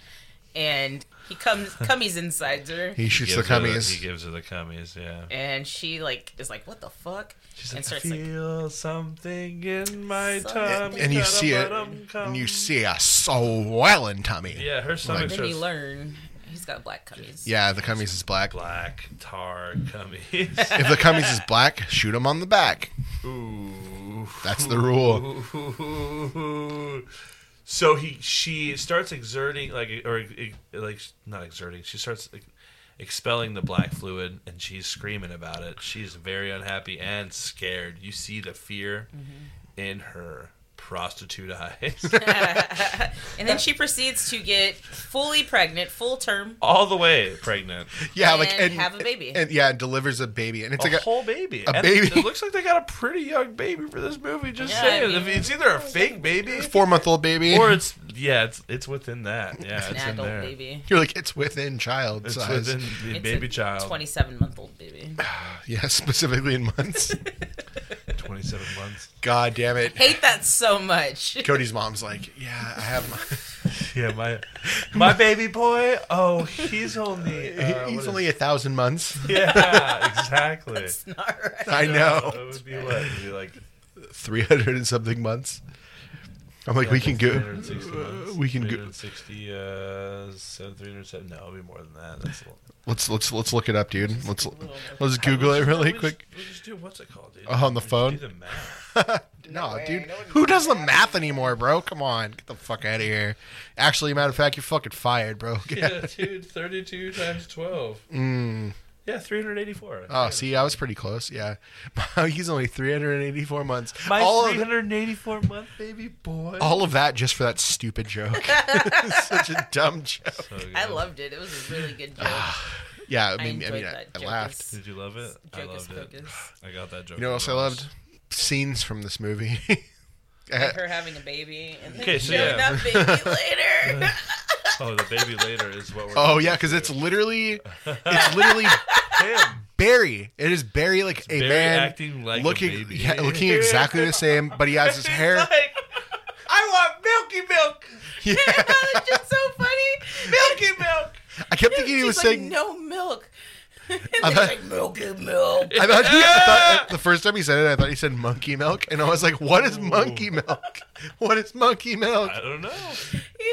Speaker 3: and
Speaker 1: [laughs]
Speaker 3: he comes cummies inside her.
Speaker 1: He shoots the
Speaker 2: gives her
Speaker 1: cummies.
Speaker 2: he gives her the cummies, yeah.
Speaker 3: and she like is like, "What the fuck?"
Speaker 2: She's
Speaker 3: and
Speaker 2: like, I feel something in my
Speaker 3: Something.
Speaker 2: tummy.
Speaker 1: and you see it,
Speaker 2: Dum-dum-dum-dum.
Speaker 1: and you see a swelling tummy.
Speaker 2: Yeah, her stomach
Speaker 3: Then
Speaker 2: starts
Speaker 3: you learn he's got black cummies.
Speaker 1: Yeah, the cummies is black.
Speaker 2: black tar
Speaker 1: [laughs]
Speaker 2: cummies.
Speaker 1: If the cummies is black, shoot him on the back.
Speaker 2: Ooh.
Speaker 1: That's the rule.
Speaker 2: [laughs] So he she starts exerting like or like not exerting. She starts like, expelling the black fluid and she's screaming about it. She's very unhappy and scared. You see the fear
Speaker 3: Mm-hmm.
Speaker 2: in her prostitute eyes. [laughs]
Speaker 3: [laughs] And then she proceeds to get fully pregnant, full term.
Speaker 2: All the way pregnant.
Speaker 1: Yeah, like
Speaker 3: And have a baby.
Speaker 1: and yeah, and delivers a baby, and it's
Speaker 2: a
Speaker 1: like a,
Speaker 2: whole baby.
Speaker 1: a
Speaker 2: And
Speaker 1: baby.
Speaker 2: It, looks like they got a pretty young baby for this movie. Just
Speaker 3: Yeah, I
Speaker 2: saying,
Speaker 3: mean-
Speaker 2: it's either a fake
Speaker 3: [laughs]
Speaker 2: baby
Speaker 1: four month old baby.
Speaker 2: or it's yeah, it's it's within that. Yeah, it's,
Speaker 3: An
Speaker 2: in
Speaker 3: adult
Speaker 2: there.
Speaker 3: baby.
Speaker 1: [laughs] You're like it's within child
Speaker 2: It's
Speaker 1: size.
Speaker 2: within the baby child. [laughs]
Speaker 3: Twenty-seven month old baby.
Speaker 1: Yeah, [laughs] specifically in
Speaker 3: [laughs]
Speaker 1: months.
Speaker 2: 27 months.
Speaker 1: God damn it.
Speaker 3: Hate that
Speaker 2: [laughs]
Speaker 3: so much. [laughs]
Speaker 1: Cody's mom's like, yeah, I have
Speaker 2: Uh,
Speaker 1: my,
Speaker 2: Yeah, my my baby boy. Oh,
Speaker 1: [laughs]
Speaker 2: he's only uh,
Speaker 1: he's
Speaker 2: what
Speaker 1: only
Speaker 2: is-
Speaker 1: a thousand months.
Speaker 2: [laughs] yeah, exactly.
Speaker 3: It's not right.
Speaker 1: I know.
Speaker 2: It would be what? It'd be like
Speaker 1: three hundred and something months. I'm like,
Speaker 2: yeah,
Speaker 1: we can go. uh,
Speaker 2: 360 months.
Speaker 1: we can go-
Speaker 2: 360 uh 7 307. No, it'll be more than that. That's a little.
Speaker 1: Let's let's let's look it up, dude. Let's let's Google it really
Speaker 2: [laughs]
Speaker 1: quick. [laughs]
Speaker 2: We'll just do what's it called, dude?
Speaker 1: Oh, on the
Speaker 2: Just
Speaker 1: phone?
Speaker 2: Do the
Speaker 1: [laughs]
Speaker 2: math.
Speaker 1: No,
Speaker 5: way,
Speaker 1: dude,
Speaker 5: no one
Speaker 1: who does the math anymore, bro? Come on, get the fuck out of here. Actually, matter of fact, you're fucking fired, bro. [laughs]
Speaker 2: Yeah, dude, 32 times 12.
Speaker 1: Mm.
Speaker 2: Yeah, 384.
Speaker 1: Oh, see, I was pretty close. Yeah, [laughs] he's only 384 months.
Speaker 2: My
Speaker 1: all of
Speaker 2: 384 month baby boy.
Speaker 1: all of that just for that stupid joke. [laughs] Such a dumb joke.
Speaker 2: So good.
Speaker 3: I loved it. It was a really good joke.
Speaker 2: Ah,
Speaker 1: Yeah, I
Speaker 3: I
Speaker 1: mean, I,
Speaker 3: enjoyed
Speaker 1: mean, I,
Speaker 3: that
Speaker 1: I
Speaker 3: joke.
Speaker 1: laughed.
Speaker 2: Did you love it? I
Speaker 3: Jocus
Speaker 2: loved it.
Speaker 3: Pocus.
Speaker 2: [sighs] I got that joke.
Speaker 1: You know what else I loved? Scenes from this movie. [laughs]
Speaker 3: Like her having a baby and then
Speaker 2: Okay, so
Speaker 3: showing
Speaker 2: yeah. [laughs]
Speaker 3: that baby [laughs] later.
Speaker 2: Oh, the baby later is what we're.
Speaker 1: oh yeah, because it's literally, it's literally
Speaker 2: [laughs] him.
Speaker 1: Barry. It is Barry, like a
Speaker 2: Barry
Speaker 1: man
Speaker 2: acting like a
Speaker 1: looking,
Speaker 2: baby.
Speaker 1: yeah, looking exactly the same, but he has his hair.
Speaker 2: [laughs] I want Milky Milk,
Speaker 1: Yeah.
Speaker 3: [laughs] I thought it was just so funny.
Speaker 2: Milky
Speaker 3: [laughs]
Speaker 2: Milk.
Speaker 1: I kept thinking he
Speaker 3: She's
Speaker 1: was
Speaker 3: like,
Speaker 1: saying.
Speaker 3: no milk. [laughs] And
Speaker 1: I
Speaker 3: they're
Speaker 1: thought-
Speaker 3: like, milk is milk.
Speaker 1: I thought, he, I
Speaker 2: [laughs]
Speaker 1: thought the first time he said it, I thought he said monkey milk, and I was like, "What is monkey milk? What is monkey milk?"
Speaker 2: I don't know.
Speaker 3: He's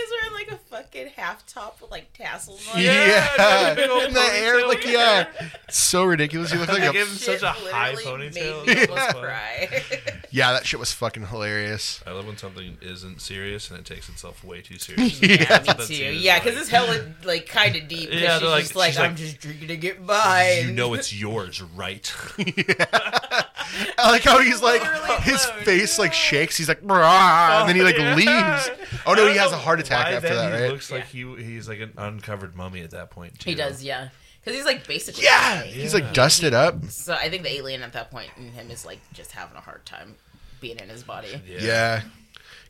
Speaker 3: wearing like a fucking half top with like tassels on.
Speaker 2: Yeah,
Speaker 1: Yeah,
Speaker 2: the big old
Speaker 1: in the air,
Speaker 2: ponytail.
Speaker 1: like yeah, so ridiculous. You look
Speaker 2: [laughs] They
Speaker 1: like
Speaker 2: give
Speaker 1: a
Speaker 2: him
Speaker 3: Shit
Speaker 2: such a high
Speaker 3: literally
Speaker 2: ponytail.
Speaker 3: Made me
Speaker 2: It's so
Speaker 3: almost
Speaker 2: fun.
Speaker 3: cry.
Speaker 2: [laughs]
Speaker 1: yeah. That shit was fucking hilarious.
Speaker 2: I love when something isn't serious and it takes itself
Speaker 1: [laughs]
Speaker 2: way too seriously.
Speaker 3: [laughs]
Speaker 1: Yeah.
Speaker 2: That's what
Speaker 3: Me
Speaker 2: that
Speaker 3: too.
Speaker 2: scene is
Speaker 3: Yeah,
Speaker 2: like.
Speaker 3: because it's hella like kind of deep. 'cause
Speaker 2: Yeah, they're
Speaker 3: she's
Speaker 2: like-
Speaker 3: just like,
Speaker 2: she's
Speaker 3: I'm
Speaker 2: like,
Speaker 3: just drinking to get by.
Speaker 2: you know it's yours, right?
Speaker 1: I like how he's like
Speaker 3: Literally
Speaker 1: his
Speaker 3: alone.
Speaker 1: face like shakes. He's like, "Rah," and then he like
Speaker 2: Yeah. [laughs]
Speaker 1: leaves. [laughs] Oh
Speaker 2: I
Speaker 1: no,
Speaker 2: don't
Speaker 1: he has
Speaker 2: know
Speaker 1: a heart attack
Speaker 2: why
Speaker 1: after
Speaker 2: then
Speaker 1: that,
Speaker 2: he
Speaker 1: right?
Speaker 2: Looks like he he's like an uncovered mummy at that point. Too.
Speaker 3: He does, yeah. Because he's like basically.
Speaker 1: yeah, he's like dusted up.
Speaker 3: So I think the alien at that point in him is like just having a hard time being in his body.
Speaker 2: Yeah.
Speaker 1: Yeah.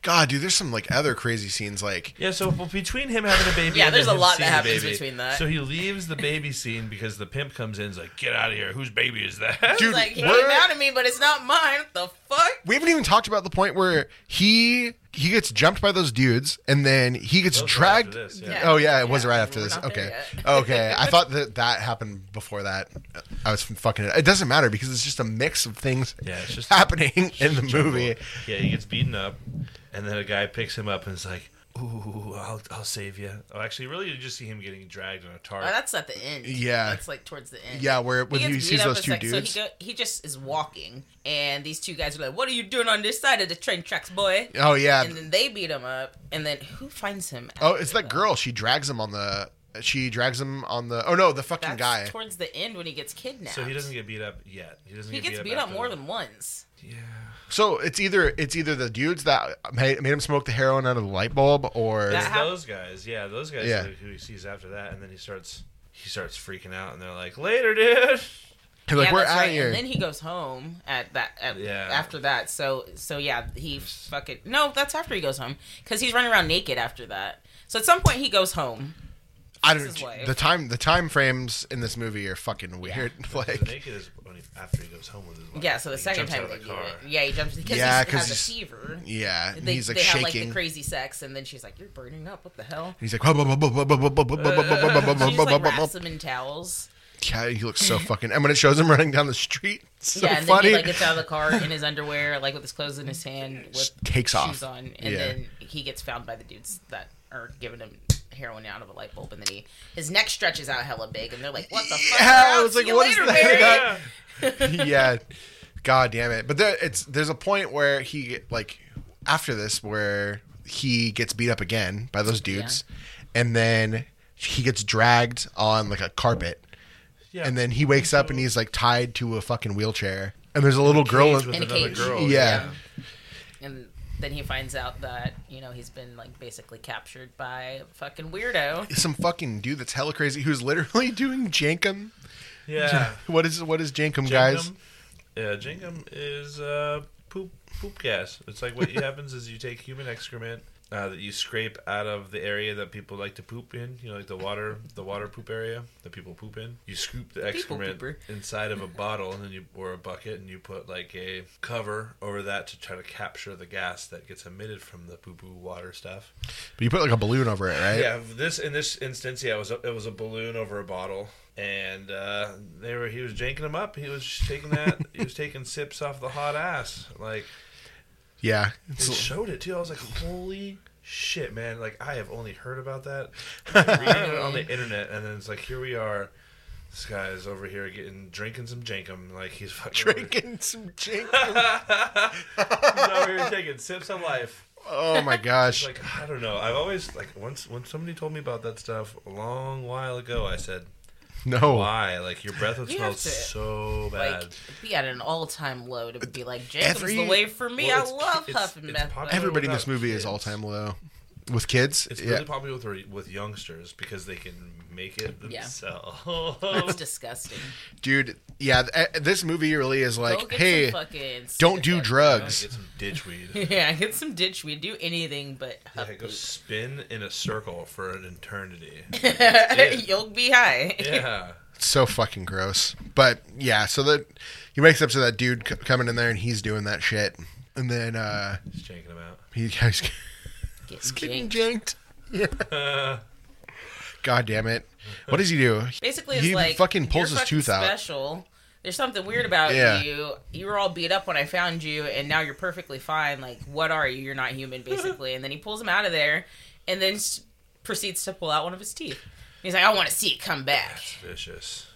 Speaker 1: God, dude, there's some like other crazy scenes. Like,
Speaker 2: Yeah, so well, between him having a baby,
Speaker 3: Yeah,
Speaker 2: and
Speaker 3: there's
Speaker 2: then
Speaker 3: a
Speaker 2: him
Speaker 3: lot
Speaker 2: seeing
Speaker 3: that
Speaker 2: the
Speaker 3: happens
Speaker 2: baby,
Speaker 3: between that.
Speaker 2: So he leaves the baby scene because the pimp comes in, and is like, "Get out of here! Whose baby is that?"
Speaker 1: dude,
Speaker 3: He's like, he
Speaker 1: we're-
Speaker 3: came out of me, but it's not mine. What the fuck?
Speaker 1: we haven't even talked about the point where he he gets jumped by those dudes, and then he gets
Speaker 2: Those are
Speaker 1: dragged.
Speaker 2: after this,
Speaker 3: Yeah.
Speaker 1: Oh yeah, it was
Speaker 3: Yeah,
Speaker 1: right after
Speaker 3: we're
Speaker 1: this.
Speaker 3: not there
Speaker 1: Okay,
Speaker 3: yet. [laughs]
Speaker 1: okay. I thought that that happened before that. I was fucking. It doesn't matter because it's just a mix of things
Speaker 2: Yeah, it's just-
Speaker 1: happening
Speaker 2: [laughs]
Speaker 1: in the [laughs] movie.
Speaker 2: Yeah, he gets beaten up, and then a guy picks him up and is like, "Ooh, I'll I'll save you." Oh, actually, really, you just see him getting dragged on a tarp.
Speaker 3: Oh, that's at the end.
Speaker 1: Yeah.
Speaker 3: That's like towards the end.
Speaker 1: Yeah, where
Speaker 3: He
Speaker 1: when he
Speaker 3: gets beat
Speaker 1: sees
Speaker 3: up
Speaker 1: those
Speaker 3: a
Speaker 1: two
Speaker 3: sec-
Speaker 1: dudes.
Speaker 3: So he, go, he just is walking, and these two guys are like, "What are you doing on this side of the train tracks, boy?"
Speaker 1: oh yeah.
Speaker 3: And then they beat him up, and then who finds him?
Speaker 1: oh,
Speaker 3: after
Speaker 1: it's that
Speaker 3: that?
Speaker 1: girl. She drags him on the. She drags him on the. Oh no, the fucking
Speaker 3: That's
Speaker 1: guy.
Speaker 3: towards the end when he gets kidnapped.
Speaker 2: so he doesn't get beat up yet. He doesn't.
Speaker 3: He
Speaker 2: get
Speaker 3: gets
Speaker 2: beat,
Speaker 3: beat up
Speaker 2: after
Speaker 3: more
Speaker 2: that.
Speaker 3: than once.
Speaker 2: Yeah.
Speaker 1: So it's either it's either the dudes that made, made him smoke the heroin out of the light bulb, or
Speaker 3: That
Speaker 2: It's
Speaker 3: hap-
Speaker 2: those guys, yeah, those guys
Speaker 1: Yeah.
Speaker 2: are who he sees after that, and then he starts he starts freaking out, and they're like,
Speaker 1: [laughs]
Speaker 2: "Later, dude."
Speaker 1: they're like
Speaker 3: yeah,
Speaker 1: we're
Speaker 3: that's
Speaker 1: out
Speaker 3: right.
Speaker 1: of here.
Speaker 3: And then he goes home at that. At,
Speaker 2: Yeah.
Speaker 3: After that, so so yeah, he fucking no. That's after he goes home because he's running around naked after that. So at some point he goes home.
Speaker 1: I
Speaker 3: his
Speaker 1: don't.
Speaker 3: wife.
Speaker 1: The time the time frames in this movie are fucking weird. [laughs]
Speaker 2: The
Speaker 1: Like
Speaker 2: naked is when he, after he goes home with his wife.
Speaker 3: Yeah, so the
Speaker 2: He
Speaker 3: second
Speaker 2: jumps
Speaker 3: time
Speaker 2: out
Speaker 3: they
Speaker 2: of
Speaker 3: do
Speaker 2: the car.
Speaker 3: it. Yeah, he jumps because
Speaker 1: Yeah,
Speaker 3: he
Speaker 1: 'cause
Speaker 3: has
Speaker 1: he's-
Speaker 3: a fever.
Speaker 1: Yeah, and
Speaker 3: They,
Speaker 1: he's like
Speaker 3: they have like
Speaker 1: shaking.
Speaker 3: the crazy sex, and then she's like, "You're burning up. What the hell?"
Speaker 1: He's like, "Bub, bub, bub, bub, bub, bub, bub, bub, bub, bub, bub, bub,
Speaker 3: She just like
Speaker 1: bub, bub,
Speaker 3: wraps
Speaker 1: bub."
Speaker 3: him in towels.
Speaker 1: Yeah, he looks so fucking. And when it shows him running down the street, [laughs] it's so
Speaker 3: yeah, and
Speaker 1: funny.
Speaker 3: then he like gets out of the car in his underwear, like with his clothes in his hand, with
Speaker 1: Just takes off.
Speaker 3: shoes on, and
Speaker 1: Yeah.
Speaker 3: then he gets found by the dudes that are giving him heroin out of a light bulb, and then he his neck stretches out hella big, and they're like, "What the fuck?"
Speaker 1: Yeah, I
Speaker 3: I'll
Speaker 1: was
Speaker 3: see
Speaker 1: like,
Speaker 3: you
Speaker 1: what is
Speaker 3: later,
Speaker 1: that? [laughs]
Speaker 3: Barry."
Speaker 1: That- [laughs] yeah, god damn it. But there, it's there's a point where he like after this where he gets beat up again by those dudes, and then he gets dragged on like a carpet,
Speaker 2: [laughs] Yeah.
Speaker 1: and then he wakes up and he's like tied to a fucking wheelchair, and there's a little girl.
Speaker 2: with
Speaker 3: In a
Speaker 2: another
Speaker 3: cage.
Speaker 2: girl.
Speaker 1: yeah.
Speaker 3: And then he finds out that you know he's been like basically captured by a fucking weirdo.
Speaker 1: Some fucking dude that's hella crazy who's literally [laughs] doing jankum.
Speaker 2: Yeah. [laughs]
Speaker 1: [laughs] What is what is jankum, guys?
Speaker 2: Jingum- Yeah, jingum Uh, is uh, poop poop gas. It's like what happens is you take human excrement uh, that you scrape out of the area that people like to poop in. You know, like the water the water poop area that people poop in. You scoop the excrement
Speaker 3: pooper.
Speaker 2: inside of a bottle and then you or a bucket and you put like a cover over that to try to capture the gas that gets emitted from the poo poo water stuff.
Speaker 1: But you put like a balloon over it, right?
Speaker 2: Yeah, this in this instance, yeah, it was a, it was a balloon over a bottle, and uh, they were he was janking them up. He was taking that. [laughs] he was taking sips off the hot ass. Like
Speaker 1: Yeah. [laughs]
Speaker 2: they
Speaker 1: It's-
Speaker 2: showed it too. I was like, holy shit, man! Like I have only heard
Speaker 1: [laughs]
Speaker 2: about that reading it on the internet, and then it's like here we are. This guy is over here getting drinking some jankum, like he's fucking
Speaker 1: drinking some jankum.
Speaker 2: [laughs] He's over here taking sips of life.
Speaker 1: Oh my gosh.
Speaker 2: Like I don't know. I've always like once when somebody told me about that stuff a long while ago, I said,
Speaker 1: no.
Speaker 2: why? Like your breath would
Speaker 3: You
Speaker 2: smell
Speaker 3: have to,
Speaker 2: so bad.
Speaker 3: Like be at an all time low to be like Jacob's
Speaker 1: Every-
Speaker 3: the way for me.
Speaker 2: Well,
Speaker 3: I
Speaker 2: it's-
Speaker 3: love
Speaker 2: it's-
Speaker 3: huffing
Speaker 2: it's
Speaker 3: meth.
Speaker 2: popular.
Speaker 3: though."
Speaker 1: Everybody in this
Speaker 2: Without
Speaker 1: movie is
Speaker 2: kids.
Speaker 1: all time low. With kids?
Speaker 2: it's
Speaker 1: yeah.
Speaker 2: really popular with with youngsters because they can make it
Speaker 3: Yeah.
Speaker 2: themselves.
Speaker 3: [laughs] It's disgusting.
Speaker 1: Dude, yeah, th- eh, this movie really is
Speaker 3: Go
Speaker 1: like,
Speaker 3: get
Speaker 1: hey,
Speaker 3: some fucking
Speaker 1: don't do
Speaker 3: stick up.
Speaker 1: drugs.
Speaker 2: Get some ditchweed.
Speaker 3: [laughs] Yeah, get some ditch. We do anything but huff
Speaker 2: Yeah, go
Speaker 3: poop.
Speaker 2: spin in a circle for an
Speaker 3: [laughs]
Speaker 2: eternity.
Speaker 3: You'll be high.
Speaker 2: Yeah.
Speaker 1: It's so fucking gross. But yeah, so that he wakes up to that dude c- coming in there and he's doing that shit. And then uh
Speaker 2: Just checking them out.
Speaker 1: he, [laughs] he's
Speaker 3: Get
Speaker 1: getting
Speaker 3: janked.
Speaker 1: janked.
Speaker 2: [laughs] Uh,
Speaker 1: [laughs] God damn it. What does he do?
Speaker 3: Basically, it's
Speaker 1: He
Speaker 3: like
Speaker 1: fucking
Speaker 3: you're
Speaker 1: pulls his
Speaker 3: fucking
Speaker 1: tooth out.
Speaker 3: Special. There's something weird about
Speaker 1: Yeah.
Speaker 3: you. You were all beat up when I found you, and now you're perfectly fine. Like, what are you? You're
Speaker 1: [laughs]
Speaker 3: not human, basically. and then he pulls him out of there, and then s- proceeds to pull out one of his teeth. He's like, I want to see it come back.
Speaker 2: that's vicious.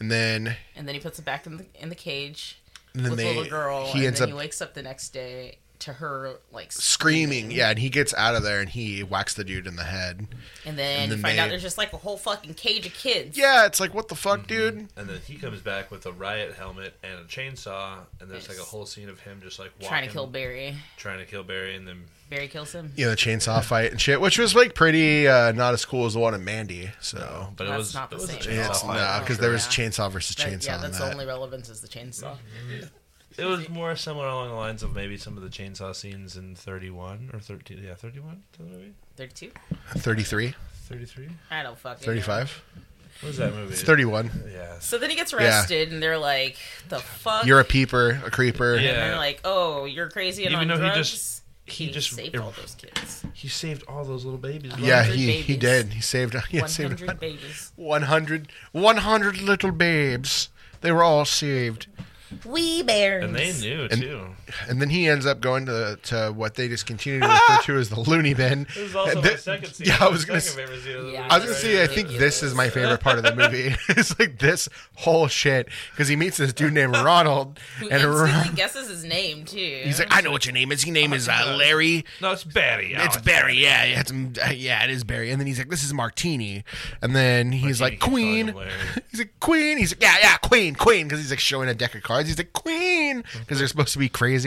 Speaker 1: And then
Speaker 3: And then he puts it back in the in the cage
Speaker 1: and then
Speaker 3: with
Speaker 1: they
Speaker 3: little girl.
Speaker 1: he
Speaker 3: and
Speaker 1: ends
Speaker 3: then
Speaker 1: up
Speaker 3: he wakes up the next day to her like
Speaker 1: screaming. Yeah, and he gets out of there and he whacks the dude in the head.
Speaker 3: And then,
Speaker 1: And
Speaker 3: you
Speaker 1: then
Speaker 3: find out
Speaker 1: they-
Speaker 3: there's just like a whole fucking cage of kids.
Speaker 1: Yeah, it's like what the fuck,
Speaker 3: Mm-hmm.
Speaker 1: dude?
Speaker 2: And then he comes back with a riot helmet and a chainsaw, and there's like a
Speaker 3: Yes.
Speaker 2: whole scene of him just like walking,
Speaker 3: Trying to kill Barry.
Speaker 2: trying to kill Barry, and then
Speaker 3: Barry kills him.
Speaker 1: You know, the chainsaw fight and shit, which was like pretty uh not as cool as the one in Mandy. So
Speaker 2: but it
Speaker 3: That's
Speaker 2: was
Speaker 3: not
Speaker 2: it
Speaker 3: the
Speaker 2: was a
Speaker 3: same.
Speaker 2: chainsaw
Speaker 1: it's
Speaker 2: fight.
Speaker 1: nah,
Speaker 3: for
Speaker 1: because there
Speaker 3: sure.
Speaker 1: was chainsaw versus
Speaker 3: That-
Speaker 1: chainsaw.
Speaker 3: yeah, that's
Speaker 1: in that.
Speaker 3: the only relevance is the chainsaw.
Speaker 2: It was more similar along the lines of maybe some of the chainsaw scenes in 31 or 13. Yeah, 31? Is that the movie?
Speaker 3: 32?
Speaker 1: 33,
Speaker 2: 33?
Speaker 3: I don't fucking know.
Speaker 1: 35,
Speaker 2: What was that movie?
Speaker 1: it's 31.
Speaker 2: Yeah.
Speaker 3: So then he gets arrested, and they're like, the fuck?
Speaker 1: You're a peeper, a creeper.
Speaker 3: And
Speaker 2: Yeah.
Speaker 3: they're like, oh, you're crazy and
Speaker 2: Even
Speaker 3: on
Speaker 2: though he
Speaker 3: drugs?
Speaker 2: just- he just- er,
Speaker 3: saved all those kids.
Speaker 2: He saved all those little babies.
Speaker 1: Yeah,
Speaker 3: 100
Speaker 1: he, he
Speaker 3: babies.
Speaker 1: did. He saved, [laughs] yeah, saved
Speaker 3: 100 babies.
Speaker 1: 100, 100 little babes. They were all saved.
Speaker 3: Wee bears.
Speaker 2: And they knew, too.
Speaker 1: And then he ends up going to to what they just continue to refer to
Speaker 2: [laughs]
Speaker 1: as the loony bin.
Speaker 2: This is also
Speaker 1: And
Speaker 2: my
Speaker 1: th-
Speaker 2: second scene.
Speaker 1: Yeah, I was gonna.
Speaker 2: Second
Speaker 1: s-
Speaker 2: favorite scene of the
Speaker 3: Yeah.
Speaker 2: movie
Speaker 1: I was gonna
Speaker 2: right
Speaker 1: say, I
Speaker 2: here.
Speaker 1: think this is my favorite part of the movie. [laughs] it's like this whole shit because he meets this dude
Speaker 2: [laughs]
Speaker 1: named Ronald,
Speaker 3: Who
Speaker 1: and
Speaker 3: instantly
Speaker 1: Ron-
Speaker 3: guesses his name, too.
Speaker 1: he's like, "I know what your name is. Your name is uh, Larry.
Speaker 2: Oh, No, it's Barry.
Speaker 1: It's Barry. Yeah, yeah, it's, mm, uh, yeah, it is Barry." And then he's like, "This is Martini," and then he's
Speaker 2: Martini
Speaker 1: like,
Speaker 2: keeps calling
Speaker 1: [laughs] "Queen."
Speaker 2: him Larry.
Speaker 1: He's like, "Queen." He's like, "Yeah, yeah, Queen, Queen," because he's like showing a deck of cards. He's like, "Queen," because they're supposed to be crazy.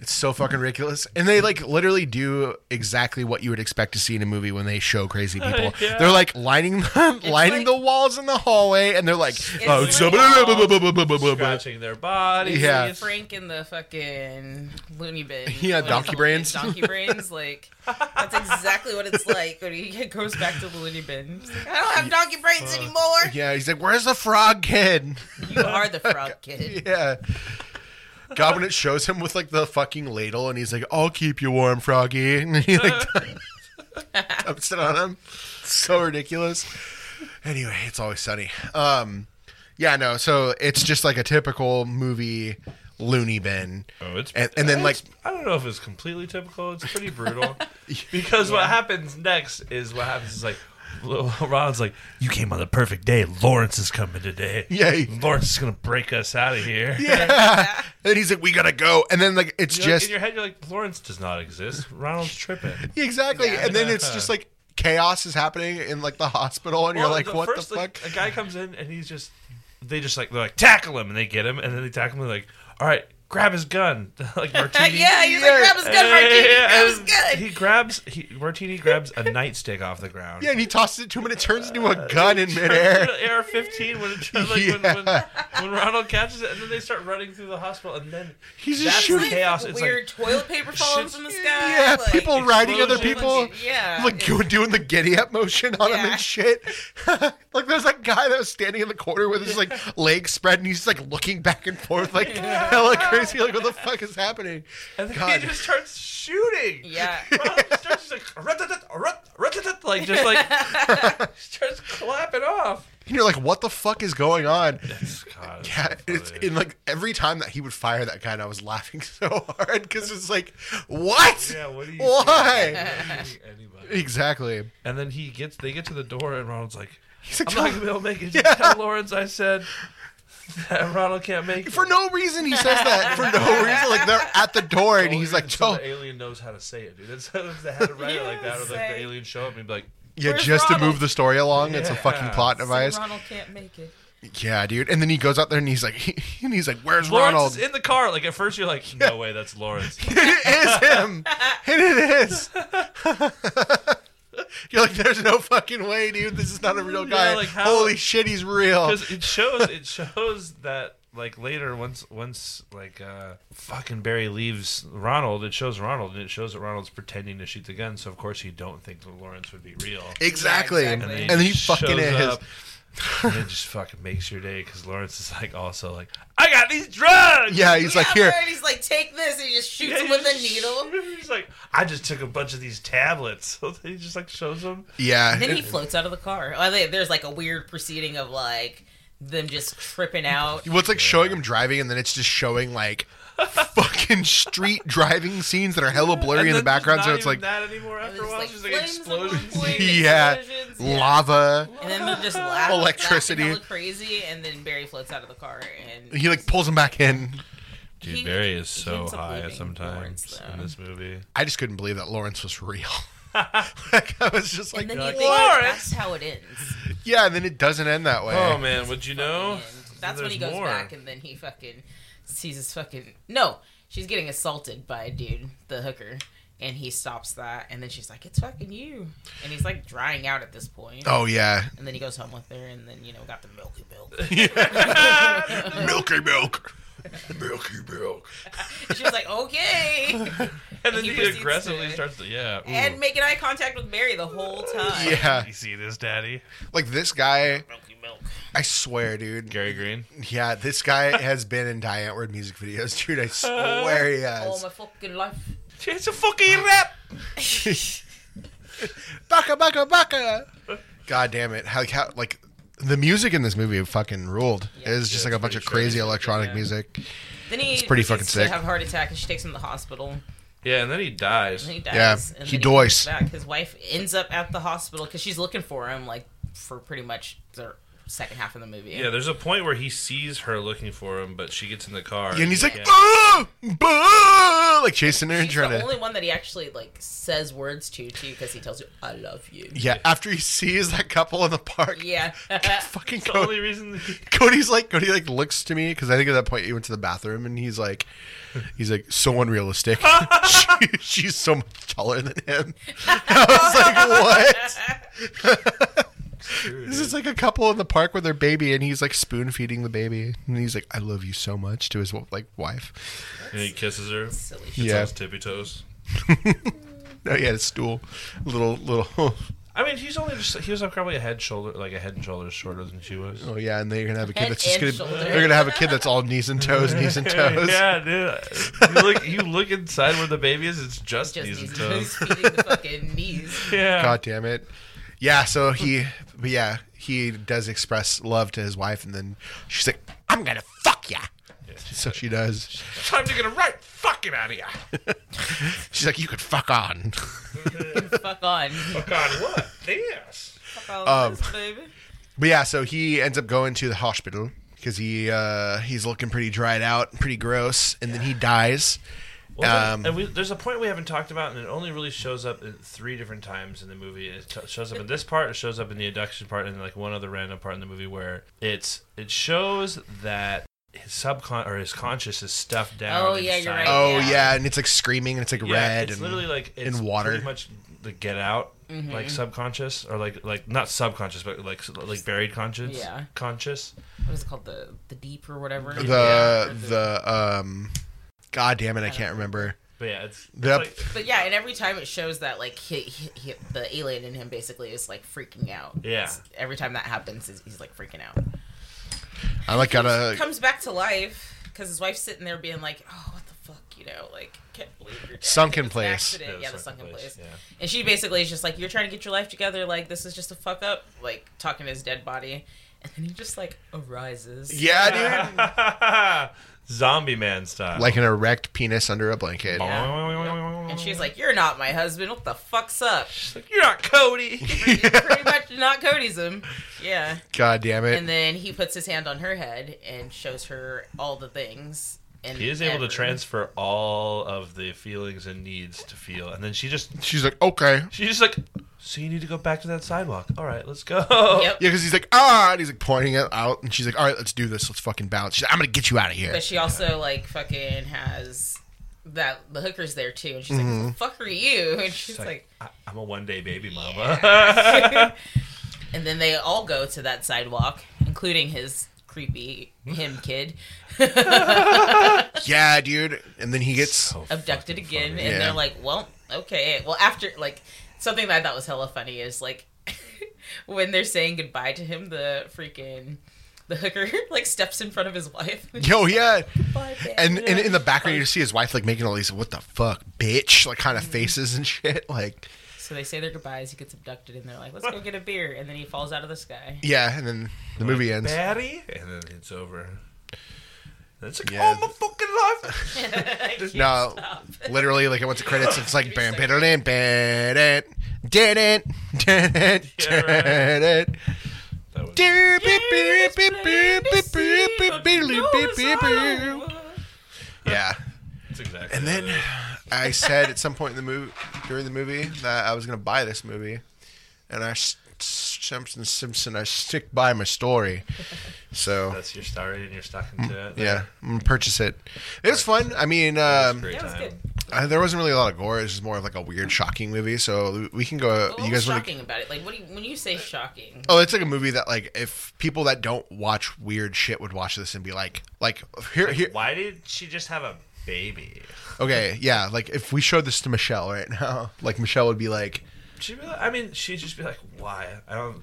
Speaker 1: It's so fucking ridiculous. And they like literally do exactly what you would expect to see in a movie when they show crazy people.
Speaker 2: yeah.
Speaker 1: They're like lining the, lining
Speaker 3: like-
Speaker 1: the walls in the hallway and they're like, oh,
Speaker 3: like
Speaker 1: it's
Speaker 3: walls
Speaker 1: so
Speaker 2: Scratching their bodies.
Speaker 1: Yeah.
Speaker 3: Like Frank in the fucking loony bin.
Speaker 1: [laughs] Yeah,
Speaker 3: What is
Speaker 1: Donkey
Speaker 3: it?
Speaker 1: Brains.
Speaker 3: Donkey brains. Like that's exactly what it's like when he [laughs] goes back to the loony bin. He's like, I don't have donkey brains anymore.
Speaker 1: Yeah, he's like, where's the frog kid?
Speaker 3: You are
Speaker 1: [laughs]
Speaker 3: the frog kid.
Speaker 1: yeah. God, when it shows him with like the fucking ladle and he's like, I'll keep you warm, froggy. [laughs] And he like dumps it on him. So ridiculous. Anyway, it's always sunny. Um, yeah, no, so it's just like a typical movie loony bin.
Speaker 2: Oh, it's
Speaker 1: And- and then,
Speaker 2: it's-
Speaker 1: like-
Speaker 2: I don't know if it's completely typical. It's
Speaker 3: [laughs]
Speaker 2: pretty brutal because what happens next is what happens is like Lil [laughs] Ron's like, "You came on the perfect day. Lawrence is coming today.
Speaker 1: Yay.
Speaker 2: Lawrence is gonna break us out of here." [laughs] Yeah,
Speaker 1: Yeah. And then he's like, We gotta go. And then like it's
Speaker 2: you know,
Speaker 1: just
Speaker 2: in your head, you're like, "Lawrence does not exist. Ronald's tripping."
Speaker 1: [laughs]
Speaker 3: [laughs]
Speaker 1: Exactly. And then it's
Speaker 2: Yeah.
Speaker 1: just like chaos is happening in like the hospital and you're
Speaker 2: Well,
Speaker 1: like, What
Speaker 2: first,
Speaker 1: the
Speaker 2: like,
Speaker 1: fuck?
Speaker 2: a guy comes in and he's just they just like they're like tackle him and they get him and then they tackle him and they're like, "All right, grab his gun." [laughs] like Martini.
Speaker 3: [laughs] yeah, he's like, grab his gun, Martini.
Speaker 2: Yeah,
Speaker 3: grab
Speaker 2: and
Speaker 3: his gun.
Speaker 2: He grabs he, Martini grabs a nightstick off the
Speaker 3: [laughs]
Speaker 2: ground.
Speaker 1: yeah, and he tosses it to him and it turns into
Speaker 2: [laughs]
Speaker 1: a gun in midair.
Speaker 2: AR 15 when, it, like, when, when,
Speaker 1: Yeah.
Speaker 2: when Ronald catches it, and then they start running through the hospital, and then
Speaker 1: He's just
Speaker 2: that's
Speaker 1: shooting.
Speaker 2: chaos. It's
Speaker 3: Weird
Speaker 2: like,
Speaker 3: toilet paper falling
Speaker 2: shit's-
Speaker 3: from the sky.
Speaker 1: Yeah,
Speaker 3: like,
Speaker 1: people riding other
Speaker 2: explosions.
Speaker 1: people.
Speaker 3: Yeah.
Speaker 1: Like [laughs] you were doing the giddy up motion on him
Speaker 3: Yeah.
Speaker 1: and shit. [laughs] like there's that guy that was standing in the corner with
Speaker 2: [laughs]
Speaker 1: his like legs spread and he's like looking back and forth like hella crazy. Like what the fuck is happening?
Speaker 2: and then
Speaker 1: God.
Speaker 2: he just starts shooting.
Speaker 3: yeah.
Speaker 2: Ronald starts just like, "Rut-tut-tut, rut- rut-tut-tut," like just like starts clapping off.
Speaker 1: And you're like, what the fuck is going on?
Speaker 2: God, it's
Speaker 1: Yeah,
Speaker 2: so
Speaker 1: it's
Speaker 2: funny.
Speaker 1: in like every time that he would fire that gun, I was laughing [laughs] so hard because it's like, what?
Speaker 2: Yeah, what do you
Speaker 1: Why?
Speaker 2: [laughs] Anybody.
Speaker 1: exactly.
Speaker 2: And then he gets they get to the door and Ronald's like,
Speaker 1: He's like,
Speaker 2: I'm not gonna be able to make it. Just Tell [laughs] Lawrence I said that Ronald can't make it.
Speaker 1: for no reason he says that. For no reason, like they're at the door and
Speaker 2: Only
Speaker 1: he's like,
Speaker 2: reason so
Speaker 1: Joe,
Speaker 2: the alien knows how to say it, dude. [laughs] That's if they had to write it like that, or like
Speaker 3: Yes.
Speaker 2: the alien show up and be like,
Speaker 1: Yeah,
Speaker 3: Where's
Speaker 1: just to
Speaker 3: Ronald?
Speaker 1: move the story along, it's a fucking
Speaker 2: Yeah.
Speaker 1: plot
Speaker 3: So
Speaker 1: device.
Speaker 3: Ronald can't make it.
Speaker 1: Yeah, dude. And then he goes out there and he's like, [laughs] and he's like, "Where's
Speaker 2: Lawrence
Speaker 1: Ronald?"
Speaker 2: is in the car. Like at first you're like, no way, that's Lawrence.
Speaker 1: [laughs] it is
Speaker 2: [laughs]
Speaker 1: him. And it is. [laughs] You're like, "There's no fucking way, dude. This is not a real guy.
Speaker 2: like, how-
Speaker 1: Holy shit, he's real."
Speaker 2: Because it shows it shows that like later once once like uh fucking Barry leaves Ronald, it shows Ronald and it shows that Ronald's pretending to shoot the gun. So of course you don't think that Lawrence would be real.
Speaker 1: Exactly.
Speaker 3: Yeah,
Speaker 1: And
Speaker 3: exactly.
Speaker 1: then
Speaker 2: then
Speaker 1: he, fucking
Speaker 2: shows
Speaker 1: is.
Speaker 2: up, and it just fucking makes your day because Lawrence is like also like I got these drugs.
Speaker 1: Yeah, he's like, "Here."
Speaker 3: And he's like, take this, and he just shoots
Speaker 2: Yeah,
Speaker 3: him
Speaker 2: he
Speaker 3: with a
Speaker 2: just-
Speaker 1: [laughs]
Speaker 2: [laughs]
Speaker 3: needle.
Speaker 2: He's like, I just took a bunch of these tablets. [laughs] So he just like shows them.
Speaker 1: Yeah.
Speaker 3: Then he floats out of the car. Oh, they- There's like a weird proceeding of like them just tripping out.
Speaker 1: Well, it's like showing him driving, and then it's just showing like fucking street driving scenes that are hella blurry in the background. So it's like,
Speaker 2: that anymore.
Speaker 3: There's,
Speaker 2: After a while,
Speaker 3: like,
Speaker 2: it's just like
Speaker 3: flames at one
Speaker 2: explosions. [laughs]
Speaker 3: point,
Speaker 1: yeah,
Speaker 3: explosions, yeah.
Speaker 1: lava.
Speaker 3: And then they're just laugh,
Speaker 1: Electricity.
Speaker 3: laughing hella crazy, and then Barry floats out of the car and
Speaker 1: He like pulls him back in.
Speaker 2: Dude,
Speaker 3: He-
Speaker 2: Barry is
Speaker 3: he
Speaker 2: so
Speaker 3: ends up
Speaker 2: high
Speaker 3: leaving
Speaker 2: sometimes
Speaker 3: Lawrence,
Speaker 2: in
Speaker 3: though.
Speaker 2: this [laughs] movie.
Speaker 1: I just couldn't believe that Lawrence was real. [laughs] like I was just like,
Speaker 3: and then you
Speaker 1: like,
Speaker 3: think
Speaker 2: Lawrence!
Speaker 3: that's how it ends.
Speaker 1: yeah, and then it doesn't end that way.
Speaker 2: Oh man, would you know?
Speaker 3: And that's when he
Speaker 2: There's
Speaker 3: goes
Speaker 2: more.
Speaker 3: back, and then he fucking sees his fucking no. She's getting assaulted by a dude, the hooker, and he stops that, and then she's like, "It's fucking you," and he's like drying out at this point.
Speaker 1: Oh yeah,
Speaker 3: And then he goes home with her, and then you know got the milky milk.
Speaker 2: [laughs]
Speaker 1: Milky Milk, Milky Milk.
Speaker 3: she was like,
Speaker 2: [laughs]
Speaker 3: "Okay,"
Speaker 2: And then
Speaker 3: he
Speaker 2: he,
Speaker 3: proceeds
Speaker 2: aggressively
Speaker 3: to-
Speaker 2: starts to yeah. ooh.
Speaker 3: and making eye contact with Barry the whole
Speaker 2: [laughs]
Speaker 3: time.
Speaker 1: Yeah,
Speaker 2: you see this, Daddy?
Speaker 1: like this guy,
Speaker 3: Milky milk.
Speaker 1: I swear, dude.
Speaker 2: Gary Green.
Speaker 1: Yeah, this
Speaker 2: [laughs]
Speaker 1: guy has been in Die Antwoord music videos, dude. I swear he
Speaker 3: All
Speaker 1: has.
Speaker 3: Oh, my fucking life.
Speaker 2: It's a fucking rap.
Speaker 1: Baka baka baka. God damn it! How, how like the music in this movie fucking ruled.
Speaker 3: Yeah.
Speaker 1: It was just like
Speaker 2: Yeah,
Speaker 1: a
Speaker 2: it's
Speaker 1: bunch of
Speaker 2: pretty
Speaker 1: crazy
Speaker 2: crazy.
Speaker 1: electronic
Speaker 2: Yeah.
Speaker 1: music.
Speaker 3: Then he
Speaker 1: pretty fucking
Speaker 3: proceeds
Speaker 1: sick.
Speaker 3: To have a heart attack, and she takes him to the hospital.
Speaker 2: Yeah, and then he dies.
Speaker 3: And he
Speaker 1: Yeah,
Speaker 3: dies. and
Speaker 1: he
Speaker 3: then comes
Speaker 1: dies.
Speaker 3: Back. His wife ends up at the hospital because she's looking for him, like for pretty much the second half of the movie.
Speaker 2: Yeah, there's a point where he sees her looking for him, but she gets in the car.
Speaker 1: and he's
Speaker 2: he
Speaker 1: like,
Speaker 2: can't-
Speaker 1: "Ah! Bah!" like chasing her and
Speaker 3: He's the
Speaker 1: trying to.
Speaker 3: only one that he actually like says words to too, because he tells you, "I love you."
Speaker 1: yeah, after he sees that couple in the park,
Speaker 3: Yeah, [laughs]
Speaker 1: [laughs] fucking
Speaker 2: [laughs] the
Speaker 1: Cody-
Speaker 2: only reason that he-
Speaker 1: Cody's like Cody like looks to me because I think at that point he went to the bathroom and he's like, he's like so
Speaker 3: [laughs]
Speaker 1: unrealistic. [laughs] she, she's so much taller than him. [laughs] I was like, what? this is like a couple in the park with their baby, and he's like spoon feeding the baby, and he's like, I love you so much to his like wife.
Speaker 2: and he kisses her.
Speaker 3: silly.
Speaker 2: Gets
Speaker 1: Yeah.
Speaker 2: on his tippy toes.
Speaker 1: No, he had a oh, stool, little little. [laughs]
Speaker 2: I mean, he's only just, he was probably a head shoulder like a head and shoulders shorter than she was. [laughs]
Speaker 1: Oh yeah, and they're gonna have a kid
Speaker 3: Head
Speaker 1: that's just gonna.
Speaker 3: and shoulder.
Speaker 1: They're gonna have a kid that's all knees and toes, knees and toes.
Speaker 2: Yeah, dude. You look, you look inside where the baby is. It's just,
Speaker 3: Just
Speaker 2: knees
Speaker 3: these
Speaker 2: and toes.
Speaker 3: feeding the
Speaker 1: [laughs]
Speaker 3: fucking knees.
Speaker 2: Yeah.
Speaker 1: God damn it. Yeah, so he, but yeah, he does express love to his wife, and then she's like, "I'm gonna fuck ya." So she does.
Speaker 2: Time to get a right fucking out of here.
Speaker 1: [laughs] She's like, "You could fuck on." [laughs]
Speaker 3: Fuck on.
Speaker 2: God, what? [laughs] Yes.
Speaker 3: Fuck all
Speaker 1: Um,
Speaker 3: this, baby.
Speaker 1: But yeah, so he ends up going to the hospital because he uh, he's looking pretty dried out, pretty gross, and then he dies.
Speaker 2: Well,
Speaker 1: Um,
Speaker 2: and we, there's a point we haven't talked about, and it only really shows up in three different times in the movie. It t- shows up in this part, it shows up in the abduction part, and like one other random part in the movie where it's it shows that his subcon or his conscious is stuffed down.
Speaker 3: Oh, yeah, you're
Speaker 2: inside.
Speaker 3: right.
Speaker 1: Oh
Speaker 3: Yeah.
Speaker 1: yeah. and it's like screaming, and it's like
Speaker 2: Yeah,
Speaker 1: red.
Speaker 2: It's
Speaker 1: and
Speaker 2: literally like it's
Speaker 1: in water.
Speaker 2: Pretty much the Get Out,
Speaker 3: Mm-hmm.
Speaker 2: like subconscious or like like not subconscious, but like s- like buried conscious.
Speaker 3: Yeah.
Speaker 2: Conscious.
Speaker 3: What is it called? The the deep or whatever.
Speaker 1: the
Speaker 3: Yeah.
Speaker 1: the um, god damn it, I can't remember.
Speaker 2: But yeah, it's, it's
Speaker 1: Yep.
Speaker 2: like-
Speaker 3: But yeah, and every time it shows that like he, he, he, the alien in him basically is like freaking out.
Speaker 2: Yeah.
Speaker 3: It's- every time that happens, is he's like freaking out.
Speaker 1: I like gotta
Speaker 3: Comes back to life because his wife's sitting there being like, "Oh, what the fuck," you know, like can't believe you're dead.
Speaker 1: Sunken
Speaker 3: It was an
Speaker 1: place.
Speaker 3: accident.
Speaker 2: Yeah,
Speaker 3: Yeah,
Speaker 2: the
Speaker 3: the
Speaker 2: sunken
Speaker 3: sunken
Speaker 2: place,
Speaker 3: place.
Speaker 2: yeah. [laughs]
Speaker 3: And she basically is just like, "You're trying to get your life together. Like this is just a fuck up." Like talking to his dead body, and then he just like arises.
Speaker 1: yeah, dude.
Speaker 2: Zombie man style.
Speaker 1: like an erect penis under a blanket.
Speaker 3: Yeah. And she's like, "You're not my husband. What the fuck's
Speaker 1: [laughs]
Speaker 3: up?"
Speaker 2: You're not Cody.
Speaker 3: He's pretty much not Cody's him. Yeah.
Speaker 1: God damn it.
Speaker 3: And then he puts his hand on her head and shows her all the things. And
Speaker 2: He is able to
Speaker 3: ever.
Speaker 2: transfer all of the feelings and needs to feel, and then she just
Speaker 1: She's like, okay.
Speaker 2: she's just like, so you need to go back to that sidewalk. All right, let's go.
Speaker 3: Yep.
Speaker 1: Yeah, because he's like, ah, and he's like pointing it out, and she's like, all right, let's do this. Let's fucking bounce. She's like, I'm gonna get you out of here.
Speaker 3: But she also like fucking has that the hooker's there too, and she's like, "Who the "Fuck are you?" [laughs] And she's,
Speaker 2: [laughs] She's
Speaker 3: like,
Speaker 2: like, I- I'm a one day baby mama. [laughs]
Speaker 3: [laughs] and then they all go to that sidewalk, including his creepy him kid [laughs]
Speaker 1: yeah, dude. And then he gets.
Speaker 2: So
Speaker 3: [laughs] abducted
Speaker 2: fucking
Speaker 3: again,
Speaker 2: funny.
Speaker 3: and
Speaker 1: Yeah.
Speaker 3: they're like, "Well, okay." Well, after like something that I thought was hella funny is like [laughs] when they're saying goodbye to him, the freaking. The hooker [laughs] like steps in front of his wife. [laughs]
Speaker 1: Yo, yeah.
Speaker 3: Bye, babe.
Speaker 1: And, and in the background, you see his wife like making all these what the fuck, bitch, like kind of faces and shit. Like,
Speaker 3: So they say their goodbyes. He gets abducted, and they're like, "Let's go get a beer." And then he falls out of the sky. [laughs]
Speaker 1: yeah. And then the movie ends.
Speaker 2: Daddy, and then it's over. That's like,
Speaker 1: Yeah.
Speaker 2: oh my fucking
Speaker 1: [laughs]
Speaker 2: life.
Speaker 1: No, [laughs] literally, like it went to credits. It's like bam, bam, bam, bam, did it, did it,
Speaker 2: Yeah, right.
Speaker 1: did it.
Speaker 2: That was-
Speaker 1: Yeah.
Speaker 2: that's exactly.
Speaker 1: And
Speaker 2: what
Speaker 1: then
Speaker 2: it is.
Speaker 1: I said at some point in the movie, during the movie, that I was going to buy this movie, and I s- Simpson Simpson, I stick by my story. So
Speaker 2: that's your story, and you're stuck into it.
Speaker 1: Mm, yeah, I'm gonna purchase it. It was fun. I mean,
Speaker 2: That's
Speaker 1: um,
Speaker 2: great
Speaker 3: That was
Speaker 2: time.
Speaker 3: good.
Speaker 1: uh, there wasn't really a lot of gore. It was just more of like a weird, shocking movie. So we can go.
Speaker 3: But what
Speaker 1: You
Speaker 3: was
Speaker 1: guys want to?
Speaker 3: shocking about it? Like, what do you, when you say shocking?
Speaker 1: Oh, it's like a movie that like if people that don't watch weird shit would watch this and be like, like here, here.
Speaker 2: Why did she just have a baby?
Speaker 1: Okay, yeah. Like if we showed this to Michelle right now, like Michelle would be like,
Speaker 2: She'd be like, I mean, she'd just be like, why? I don't.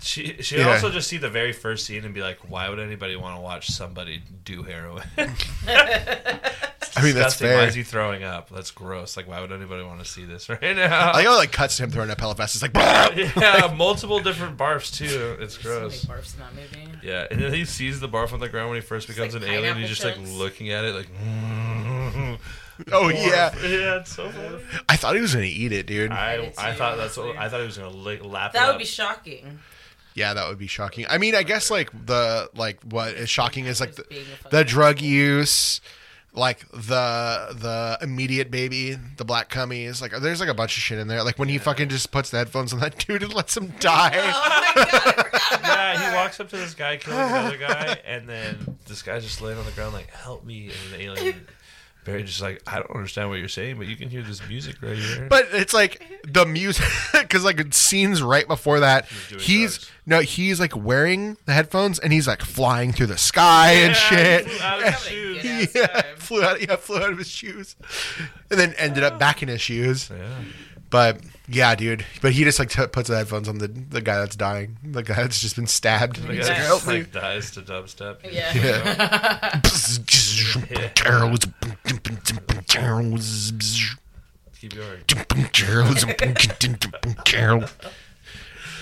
Speaker 2: She she would
Speaker 1: Yeah.
Speaker 2: also just see the very first scene and be like, why would anybody want to watch somebody do heroin? [laughs]
Speaker 1: I mean that's
Speaker 2: Disgusting. Why
Speaker 1: fair.
Speaker 2: is he throwing up? That's gross. Like, why would anybody want to see this [laughs] right now?
Speaker 1: I like how it, like cuts to him throwing up hella fast. It's like, "Bruh!"
Speaker 2: [laughs] yeah, multiple different barfs too. It's
Speaker 3: So many
Speaker 2: gross.
Speaker 3: barfs in that movie.
Speaker 2: Yeah, and then he sees the barf on the ground when he first becomes
Speaker 3: like
Speaker 2: an alien.
Speaker 3: pineapple
Speaker 2: He's just like
Speaker 3: chunks.
Speaker 2: looking at it, like.
Speaker 1: [laughs]
Speaker 2: [laughs]
Speaker 1: oh yeah.
Speaker 2: yeah, it's so funny.
Speaker 1: I thought he was gonna eat it, dude.
Speaker 2: I,
Speaker 3: did
Speaker 2: I
Speaker 3: too,
Speaker 2: thought that's what
Speaker 3: honestly.
Speaker 2: I thought he was gonna lick, lap. it
Speaker 3: That would
Speaker 2: up.
Speaker 3: be shocking.
Speaker 1: Yeah, that would be shocking. I mean, I guess like the like what is shocking is like the,
Speaker 3: Being a fucking-
Speaker 1: the drug use, like the the immediate baby, the black cummies. Like there's like a bunch of shit in there. Like when he fucking just puts the headphones on that [laughs] dude and lets him die.
Speaker 2: [laughs]
Speaker 3: [laughs] Oh my god, I forgot about
Speaker 2: Yeah, he walks up to this guy, kills another guy, and then this guy's just laying on the ground like, "Help me!" And the alien, Barry, just like, "I don't understand what you're saying, but you can hear this music right here."
Speaker 1: But it's like the [laughs] music, because like it's scenes right before that,
Speaker 2: doing
Speaker 1: he's,
Speaker 2: drugs.
Speaker 1: no, he's like wearing the headphones and he's like flying through the sky and shit.
Speaker 2: Out of his
Speaker 3: that.
Speaker 2: shoes.
Speaker 3: Yeah,
Speaker 1: [laughs] yeah,
Speaker 3: sorry.
Speaker 1: flew out. Yeah, flew out of his shoes, and then ended up back in his shoes.
Speaker 2: Yeah.
Speaker 1: But yeah, dude. But he just like t- puts the headphones on the the guy that's dying, the guy that's just been stabbed.
Speaker 2: The guy
Speaker 1: He's like,
Speaker 2: just,
Speaker 1: "Help me."
Speaker 2: like dies to dubstep.
Speaker 3: Yeah.
Speaker 1: Yeah. [laughs]
Speaker 2: Keep going.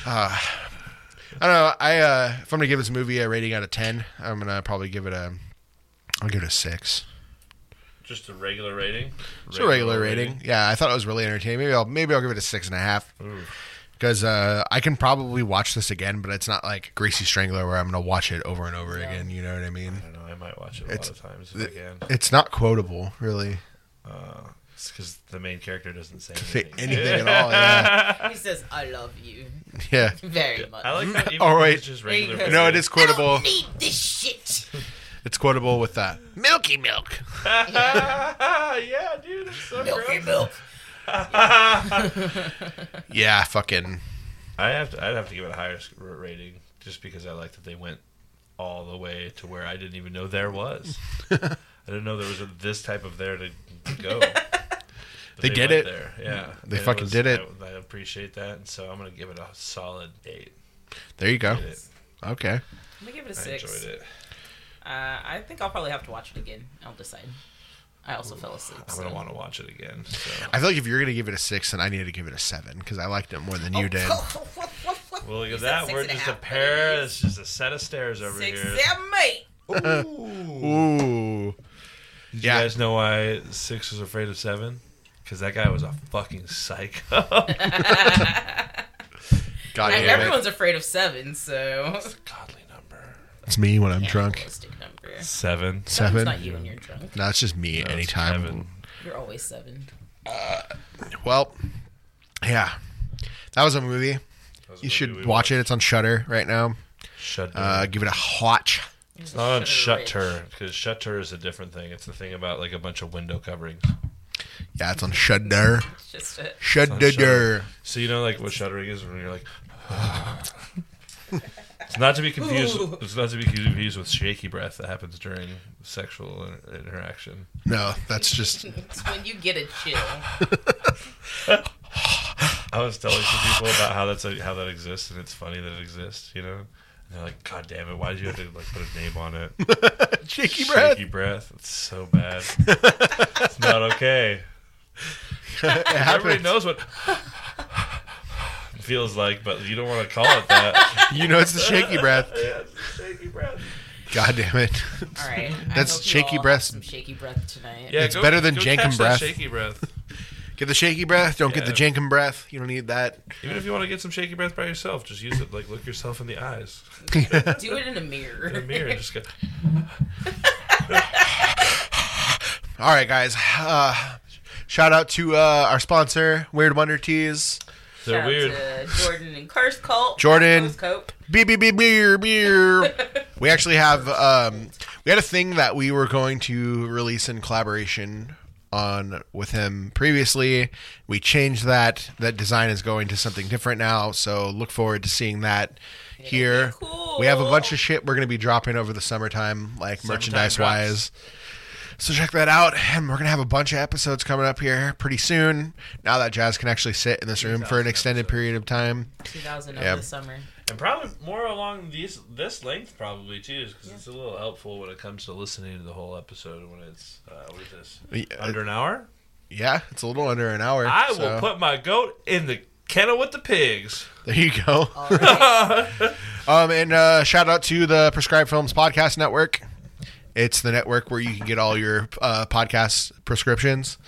Speaker 1: Uh, I don't know. I uh, if I'm gonna give this movie a rating out of ten, I'm gonna probably give it a. I'll give it a six.
Speaker 2: Just a regular rating.
Speaker 1: It's a regular rating. Yeah, I thought it was really entertaining. Maybe I'll maybe I'll give it a six and a half
Speaker 2: Ooh.
Speaker 1: because uh, I can probably watch this again, but it's not like Greasy Strangler where I'm gonna watch it over and over again. You know what I mean?
Speaker 2: I don't know. I might watch it a
Speaker 1: It's-
Speaker 2: lot of times if I can.
Speaker 1: It's not quotable, really,
Speaker 2: Uh, it's because the main character doesn't say
Speaker 1: Say
Speaker 2: anything.
Speaker 1: anything at all. Yeah,
Speaker 3: [laughs] He says, "I love you
Speaker 1: yeah.
Speaker 3: very much."
Speaker 2: I like that.
Speaker 1: [laughs]
Speaker 2: Even
Speaker 1: All
Speaker 2: if
Speaker 1: right.
Speaker 2: It's just regular.
Speaker 3: There you go.
Speaker 1: No, it is
Speaker 3: I don't
Speaker 1: quotable.
Speaker 3: need this shit. [laughs]
Speaker 1: It's quotable with that Milky Milk.
Speaker 2: [laughs] yeah, dude. It's so
Speaker 3: Milky
Speaker 2: gross.
Speaker 3: milk.
Speaker 1: Yeah, fucking.
Speaker 2: I have to. I'd have to give it a higher sc- r- rating just because I like that they went all the way to where I didn't even know
Speaker 1: [laughs]
Speaker 2: there was. I didn't know there was a, this type of there to
Speaker 1: [laughs]
Speaker 2: go. But
Speaker 1: They did
Speaker 2: went
Speaker 1: it.
Speaker 2: There. Yeah,
Speaker 1: They
Speaker 2: And
Speaker 1: fucking
Speaker 2: was-
Speaker 1: did it.
Speaker 2: I, I appreciate that, and so I'm gonna give it a solid eight.
Speaker 1: There you go.
Speaker 2: Did it.
Speaker 1: Okay.
Speaker 3: I'm gonna give it a
Speaker 2: I
Speaker 3: six.
Speaker 2: enjoyed it.
Speaker 3: Uh, I think I'll probably have to watch it again. I'll decide. I also fell asleep.
Speaker 2: I'm
Speaker 3: so.
Speaker 2: gonna want to watch it again.
Speaker 3: [laughs]
Speaker 2: So.
Speaker 1: I feel like if you're gonna give it a six, then I need to give it a seven because I liked it more than
Speaker 3: Oh,
Speaker 1: you
Speaker 3: [laughs]
Speaker 1: did.
Speaker 2: Well, look
Speaker 3: You
Speaker 2: at
Speaker 3: said
Speaker 2: that.
Speaker 3: six
Speaker 2: We're
Speaker 3: and a
Speaker 2: just a
Speaker 3: half,
Speaker 2: pair.
Speaker 3: but
Speaker 2: It's just a set of stairs over
Speaker 3: Six,
Speaker 2: here.
Speaker 3: seven, [laughs] eight.
Speaker 1: [laughs] Ooh.
Speaker 2: Did
Speaker 1: Yeah.
Speaker 2: you guys know why six was afraid of seven? Because that guy was a fucking psycho. [laughs]
Speaker 1: God damn
Speaker 3: I mean,
Speaker 1: it.
Speaker 3: everyone's afraid of
Speaker 2: [laughs]
Speaker 3: seven, so
Speaker 2: Godly number.
Speaker 1: It's me when I'm
Speaker 3: Yeah,
Speaker 1: drunk.
Speaker 3: realistic number.
Speaker 2: Seven.
Speaker 3: Seven's
Speaker 1: Seven.
Speaker 3: not you when you're drunk.
Speaker 1: No, it's just me
Speaker 2: it's
Speaker 1: anytime.
Speaker 2: Kevin.
Speaker 3: You're always seven.
Speaker 1: Well, yeah, that was a movie. You should watch it. It's on Shutter right now.
Speaker 2: Shut
Speaker 1: Uh, give it a hotch.
Speaker 2: it's not on
Speaker 3: Rich.
Speaker 2: shutter because shutter is a different thing. It's the thing about like a bunch of window coverings.
Speaker 1: Yeah, it's on Shudder.
Speaker 3: It's just a,
Speaker 1: Shudder.
Speaker 2: So you know like what shuddering is when you're like. [sighs] it's not to be confused.
Speaker 3: Ooh.
Speaker 2: It's not to be confused with shaky breath that happens during sexual in- interaction.
Speaker 1: No, that's just [laughs]
Speaker 3: it's when you get a
Speaker 2: [laughs]
Speaker 3: chill.
Speaker 2: I was telling some people about how that's how that exists, and it's funny that it exists. You know, and they're like, "God damn it! Why did you have to like put a name on it?"
Speaker 1: shaky breath.
Speaker 2: Shaky breath. It's so bad. it's not [laughs] okay.
Speaker 1: [laughs] it
Speaker 2: Everybody
Speaker 1: happens.
Speaker 2: knows what feels like, but you don't want to call it that.
Speaker 1: You know, it's the shaky breath.
Speaker 2: [laughs] yeah, it's shaky breath.
Speaker 1: God damn it.
Speaker 3: All right. I
Speaker 1: That's
Speaker 3: hope you
Speaker 1: shaky
Speaker 3: all have
Speaker 1: breath.
Speaker 3: Some shaky breath tonight.
Speaker 2: Yeah,
Speaker 1: It's better than
Speaker 2: go
Speaker 1: jankum
Speaker 2: catch that
Speaker 1: breath.
Speaker 2: Shaky breath.
Speaker 1: Get the shaky breath. Don't get the
Speaker 2: Yeah.
Speaker 1: jankum breath. You don't need that.
Speaker 2: Even if you want to get some shaky breath by yourself, just use it. Like look yourself in the eyes
Speaker 3: Do it in a mirror.
Speaker 2: in the mirror.
Speaker 3: [laughs]
Speaker 2: and Just go.
Speaker 1: All right, guys. Uh, shout out to uh, our sponsor, Weird Wonder Tees.
Speaker 2: They're
Speaker 3: Shout out
Speaker 2: weird.
Speaker 3: to Jordan and Curse Cult.
Speaker 1: Jordan.
Speaker 3: Curse Cult.
Speaker 1: Beer, beer, beer, beer, beer. we actually have um, we had a thing that we were going to release in collaboration on with him previously. We changed that. That design is going to something different now. So look forward to seeing that here.
Speaker 3: be cool.
Speaker 1: We have a bunch of shit we're going to be dropping over the summertime, like merchandise wise. So check that out, and we're gonna have a bunch of episodes coming up here pretty soon. Now that Jazz can actually sit in this room for an extended period of time,
Speaker 3: 2000
Speaker 1: Yeah.
Speaker 3: of the summer.
Speaker 2: And probably more along these this length probably too, because it's a little helpful when it comes to listening to the whole episode when it's uh, what is this
Speaker 1: Yeah.
Speaker 2: under an hour.
Speaker 1: yeah, it's a little under an hour. [laughs]
Speaker 2: I
Speaker 1: so-
Speaker 2: will put my goat in the kennel with the pigs.
Speaker 1: There you go.
Speaker 3: [laughs] All right.
Speaker 5: [laughs]
Speaker 1: Um, and uh, shout out to the Prescribed Films Podcast Network. It's the network where you can get all your uh, podcast prescriptions.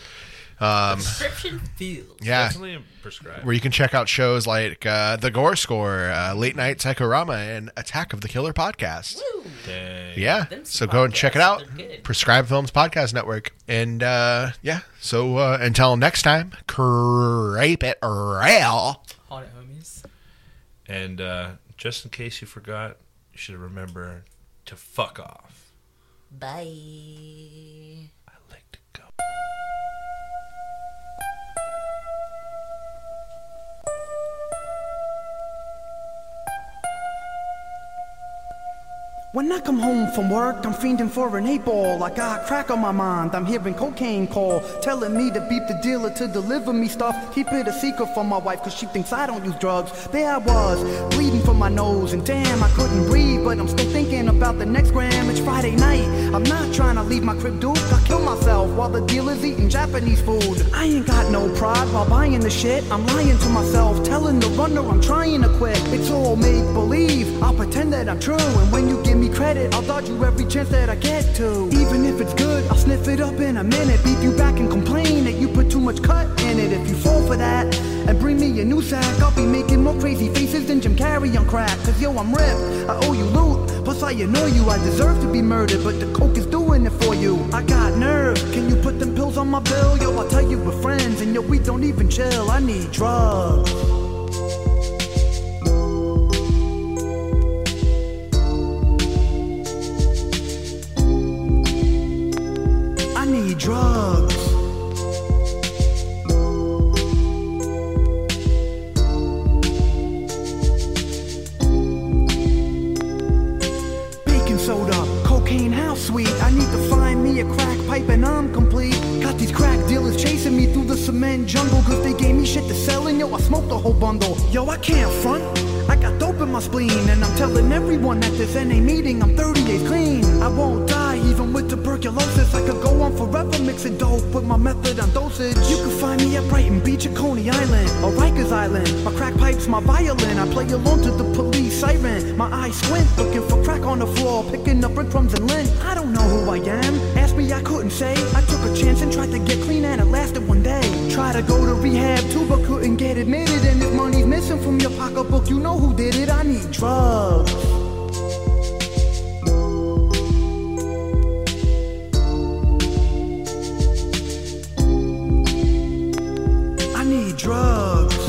Speaker 3: Prescription field.
Speaker 5: Yeah.
Speaker 2: Definitely prescribed.
Speaker 5: Where you can check out shows like uh, The Gore Score, uh, Late Night Psychorama, and Attack of the Killer podcast.
Speaker 3: Woo.
Speaker 2: Dang.
Speaker 5: Yeah.
Speaker 3: Them
Speaker 5: So
Speaker 3: some
Speaker 5: go and check it
Speaker 3: podcasts,
Speaker 5: out.
Speaker 3: they're good.
Speaker 5: Prescribed Films Podcast Network. And uh, yeah. So uh, until next time, crepe it rail.
Speaker 3: Hold it, homies.
Speaker 2: And uh, just in case you forgot, you should remember to fuck off.
Speaker 3: Bye.
Speaker 2: I like to go.
Speaker 6: When I come home from work, I'm fiending for an eight ball. I got crack on my mind, I'm hearing cocaine call. Telling me to beep the dealer to deliver me stuff. Keep it a secret from my wife, cause she thinks I don't use drugs. There I was, bleeding from my nose, and damn, I couldn't breathe. But I'm still thinking about the next gram, it's Friday night. I'm not trying to leave my crib, dude. I kill myself while the dealer's eating Japanese food. I ain't got no pride while buying the shit. I'm lying to myself, telling the runner I'm trying to quit. It's all make believe, I'll pretend that I'm true. And when you give me credit, I'll dodge you every chance that I get to. Even if it's good, I'll sniff it up in a minute. Beat you back and complain that you put too much cut in it. If you fall for that and bring me a new sack, I'll be making more crazy faces than Jim Carrey on crack. Cause yo, I'm ripped, I owe you loot. Plus, I annoy you, I deserve to be murdered, but the coke is doing it for you. I got nerve, can you put them pills on my bill? Yo, I'll tell you we're friends, and yo, we don't even chill. I need drugs. I need drugs. Baking soda, cocaine, how sweet. I need to find me a crack pipe and I'm complete. Got these crack dealers chasing me through the cement jungle because they gave me shit to sell and yo, I smoked a whole bundle. Yo, I can't front. I got dope in my spleen and I'm telling everyone at this NA meeting I'm 30 days clean. I won't die even with tuberculosis. I could go on forever mixing dope with my method on dosage. You can find me at Brighton Beach or Coney Island or Rikers Island. My crack pipe's my violin. I play along to the police siren. My eyes squint, looking for crack on the floor, picking up breadcrumbs and lint. I don't know who I am. Ask me, I couldn't say. I took a chance and tried to get clean, and it lasted one day. Try to go to rehab too, but couldn't get admitted. And if money's missing from your pocketbook, you know who did it. I need drugs. I need drugs.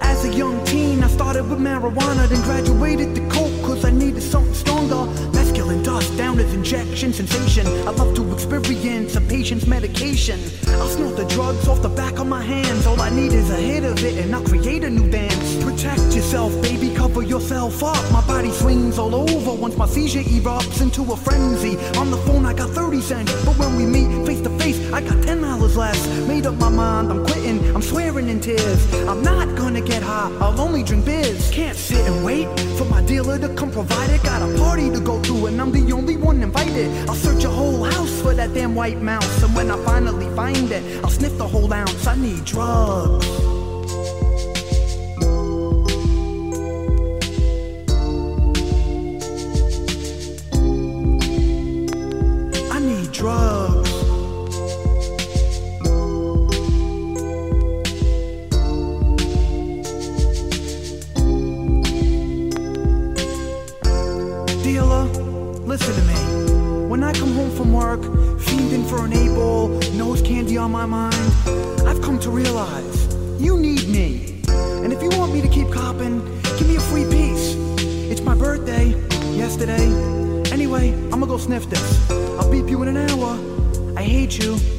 Speaker 6: As a young teen, I started with marijuana, then graduated to coke, cause I needed something stronger. Masculine dust down as injection sensation. I love to experience a patient's medication. I'll snort the drugs off the back of my hands. All I need is a hit of it, and I'll create a new dance. Protect yourself, baby, cover yourself up. My body swings all over once my seizure erupts into a frenzy. On the phone, I got 30 cents, but when we meet face to face, I got $10 less. Made up my mind, I'm quitting, I'm swearing in tears. I'm not gonna get high, I'll only drink beers. Can't sit and wait for my dealer to come provide it. Got a party to go to, and I'm the only one invited. I'll search a whole house for that damn white mouse, and when I finally find it, I'll sniff the whole ounce. I need drugs. I need drugs. Dealer, listen to me. When I come home from work, fiending for an A-ball, nose candy on my mind, I've come to realize you need me. And if you want me to keep copping, give me a free piece. It's my birthday, yesterday. Anyway, I'ma go sniff this. I'll beep you in an hour. I hate you.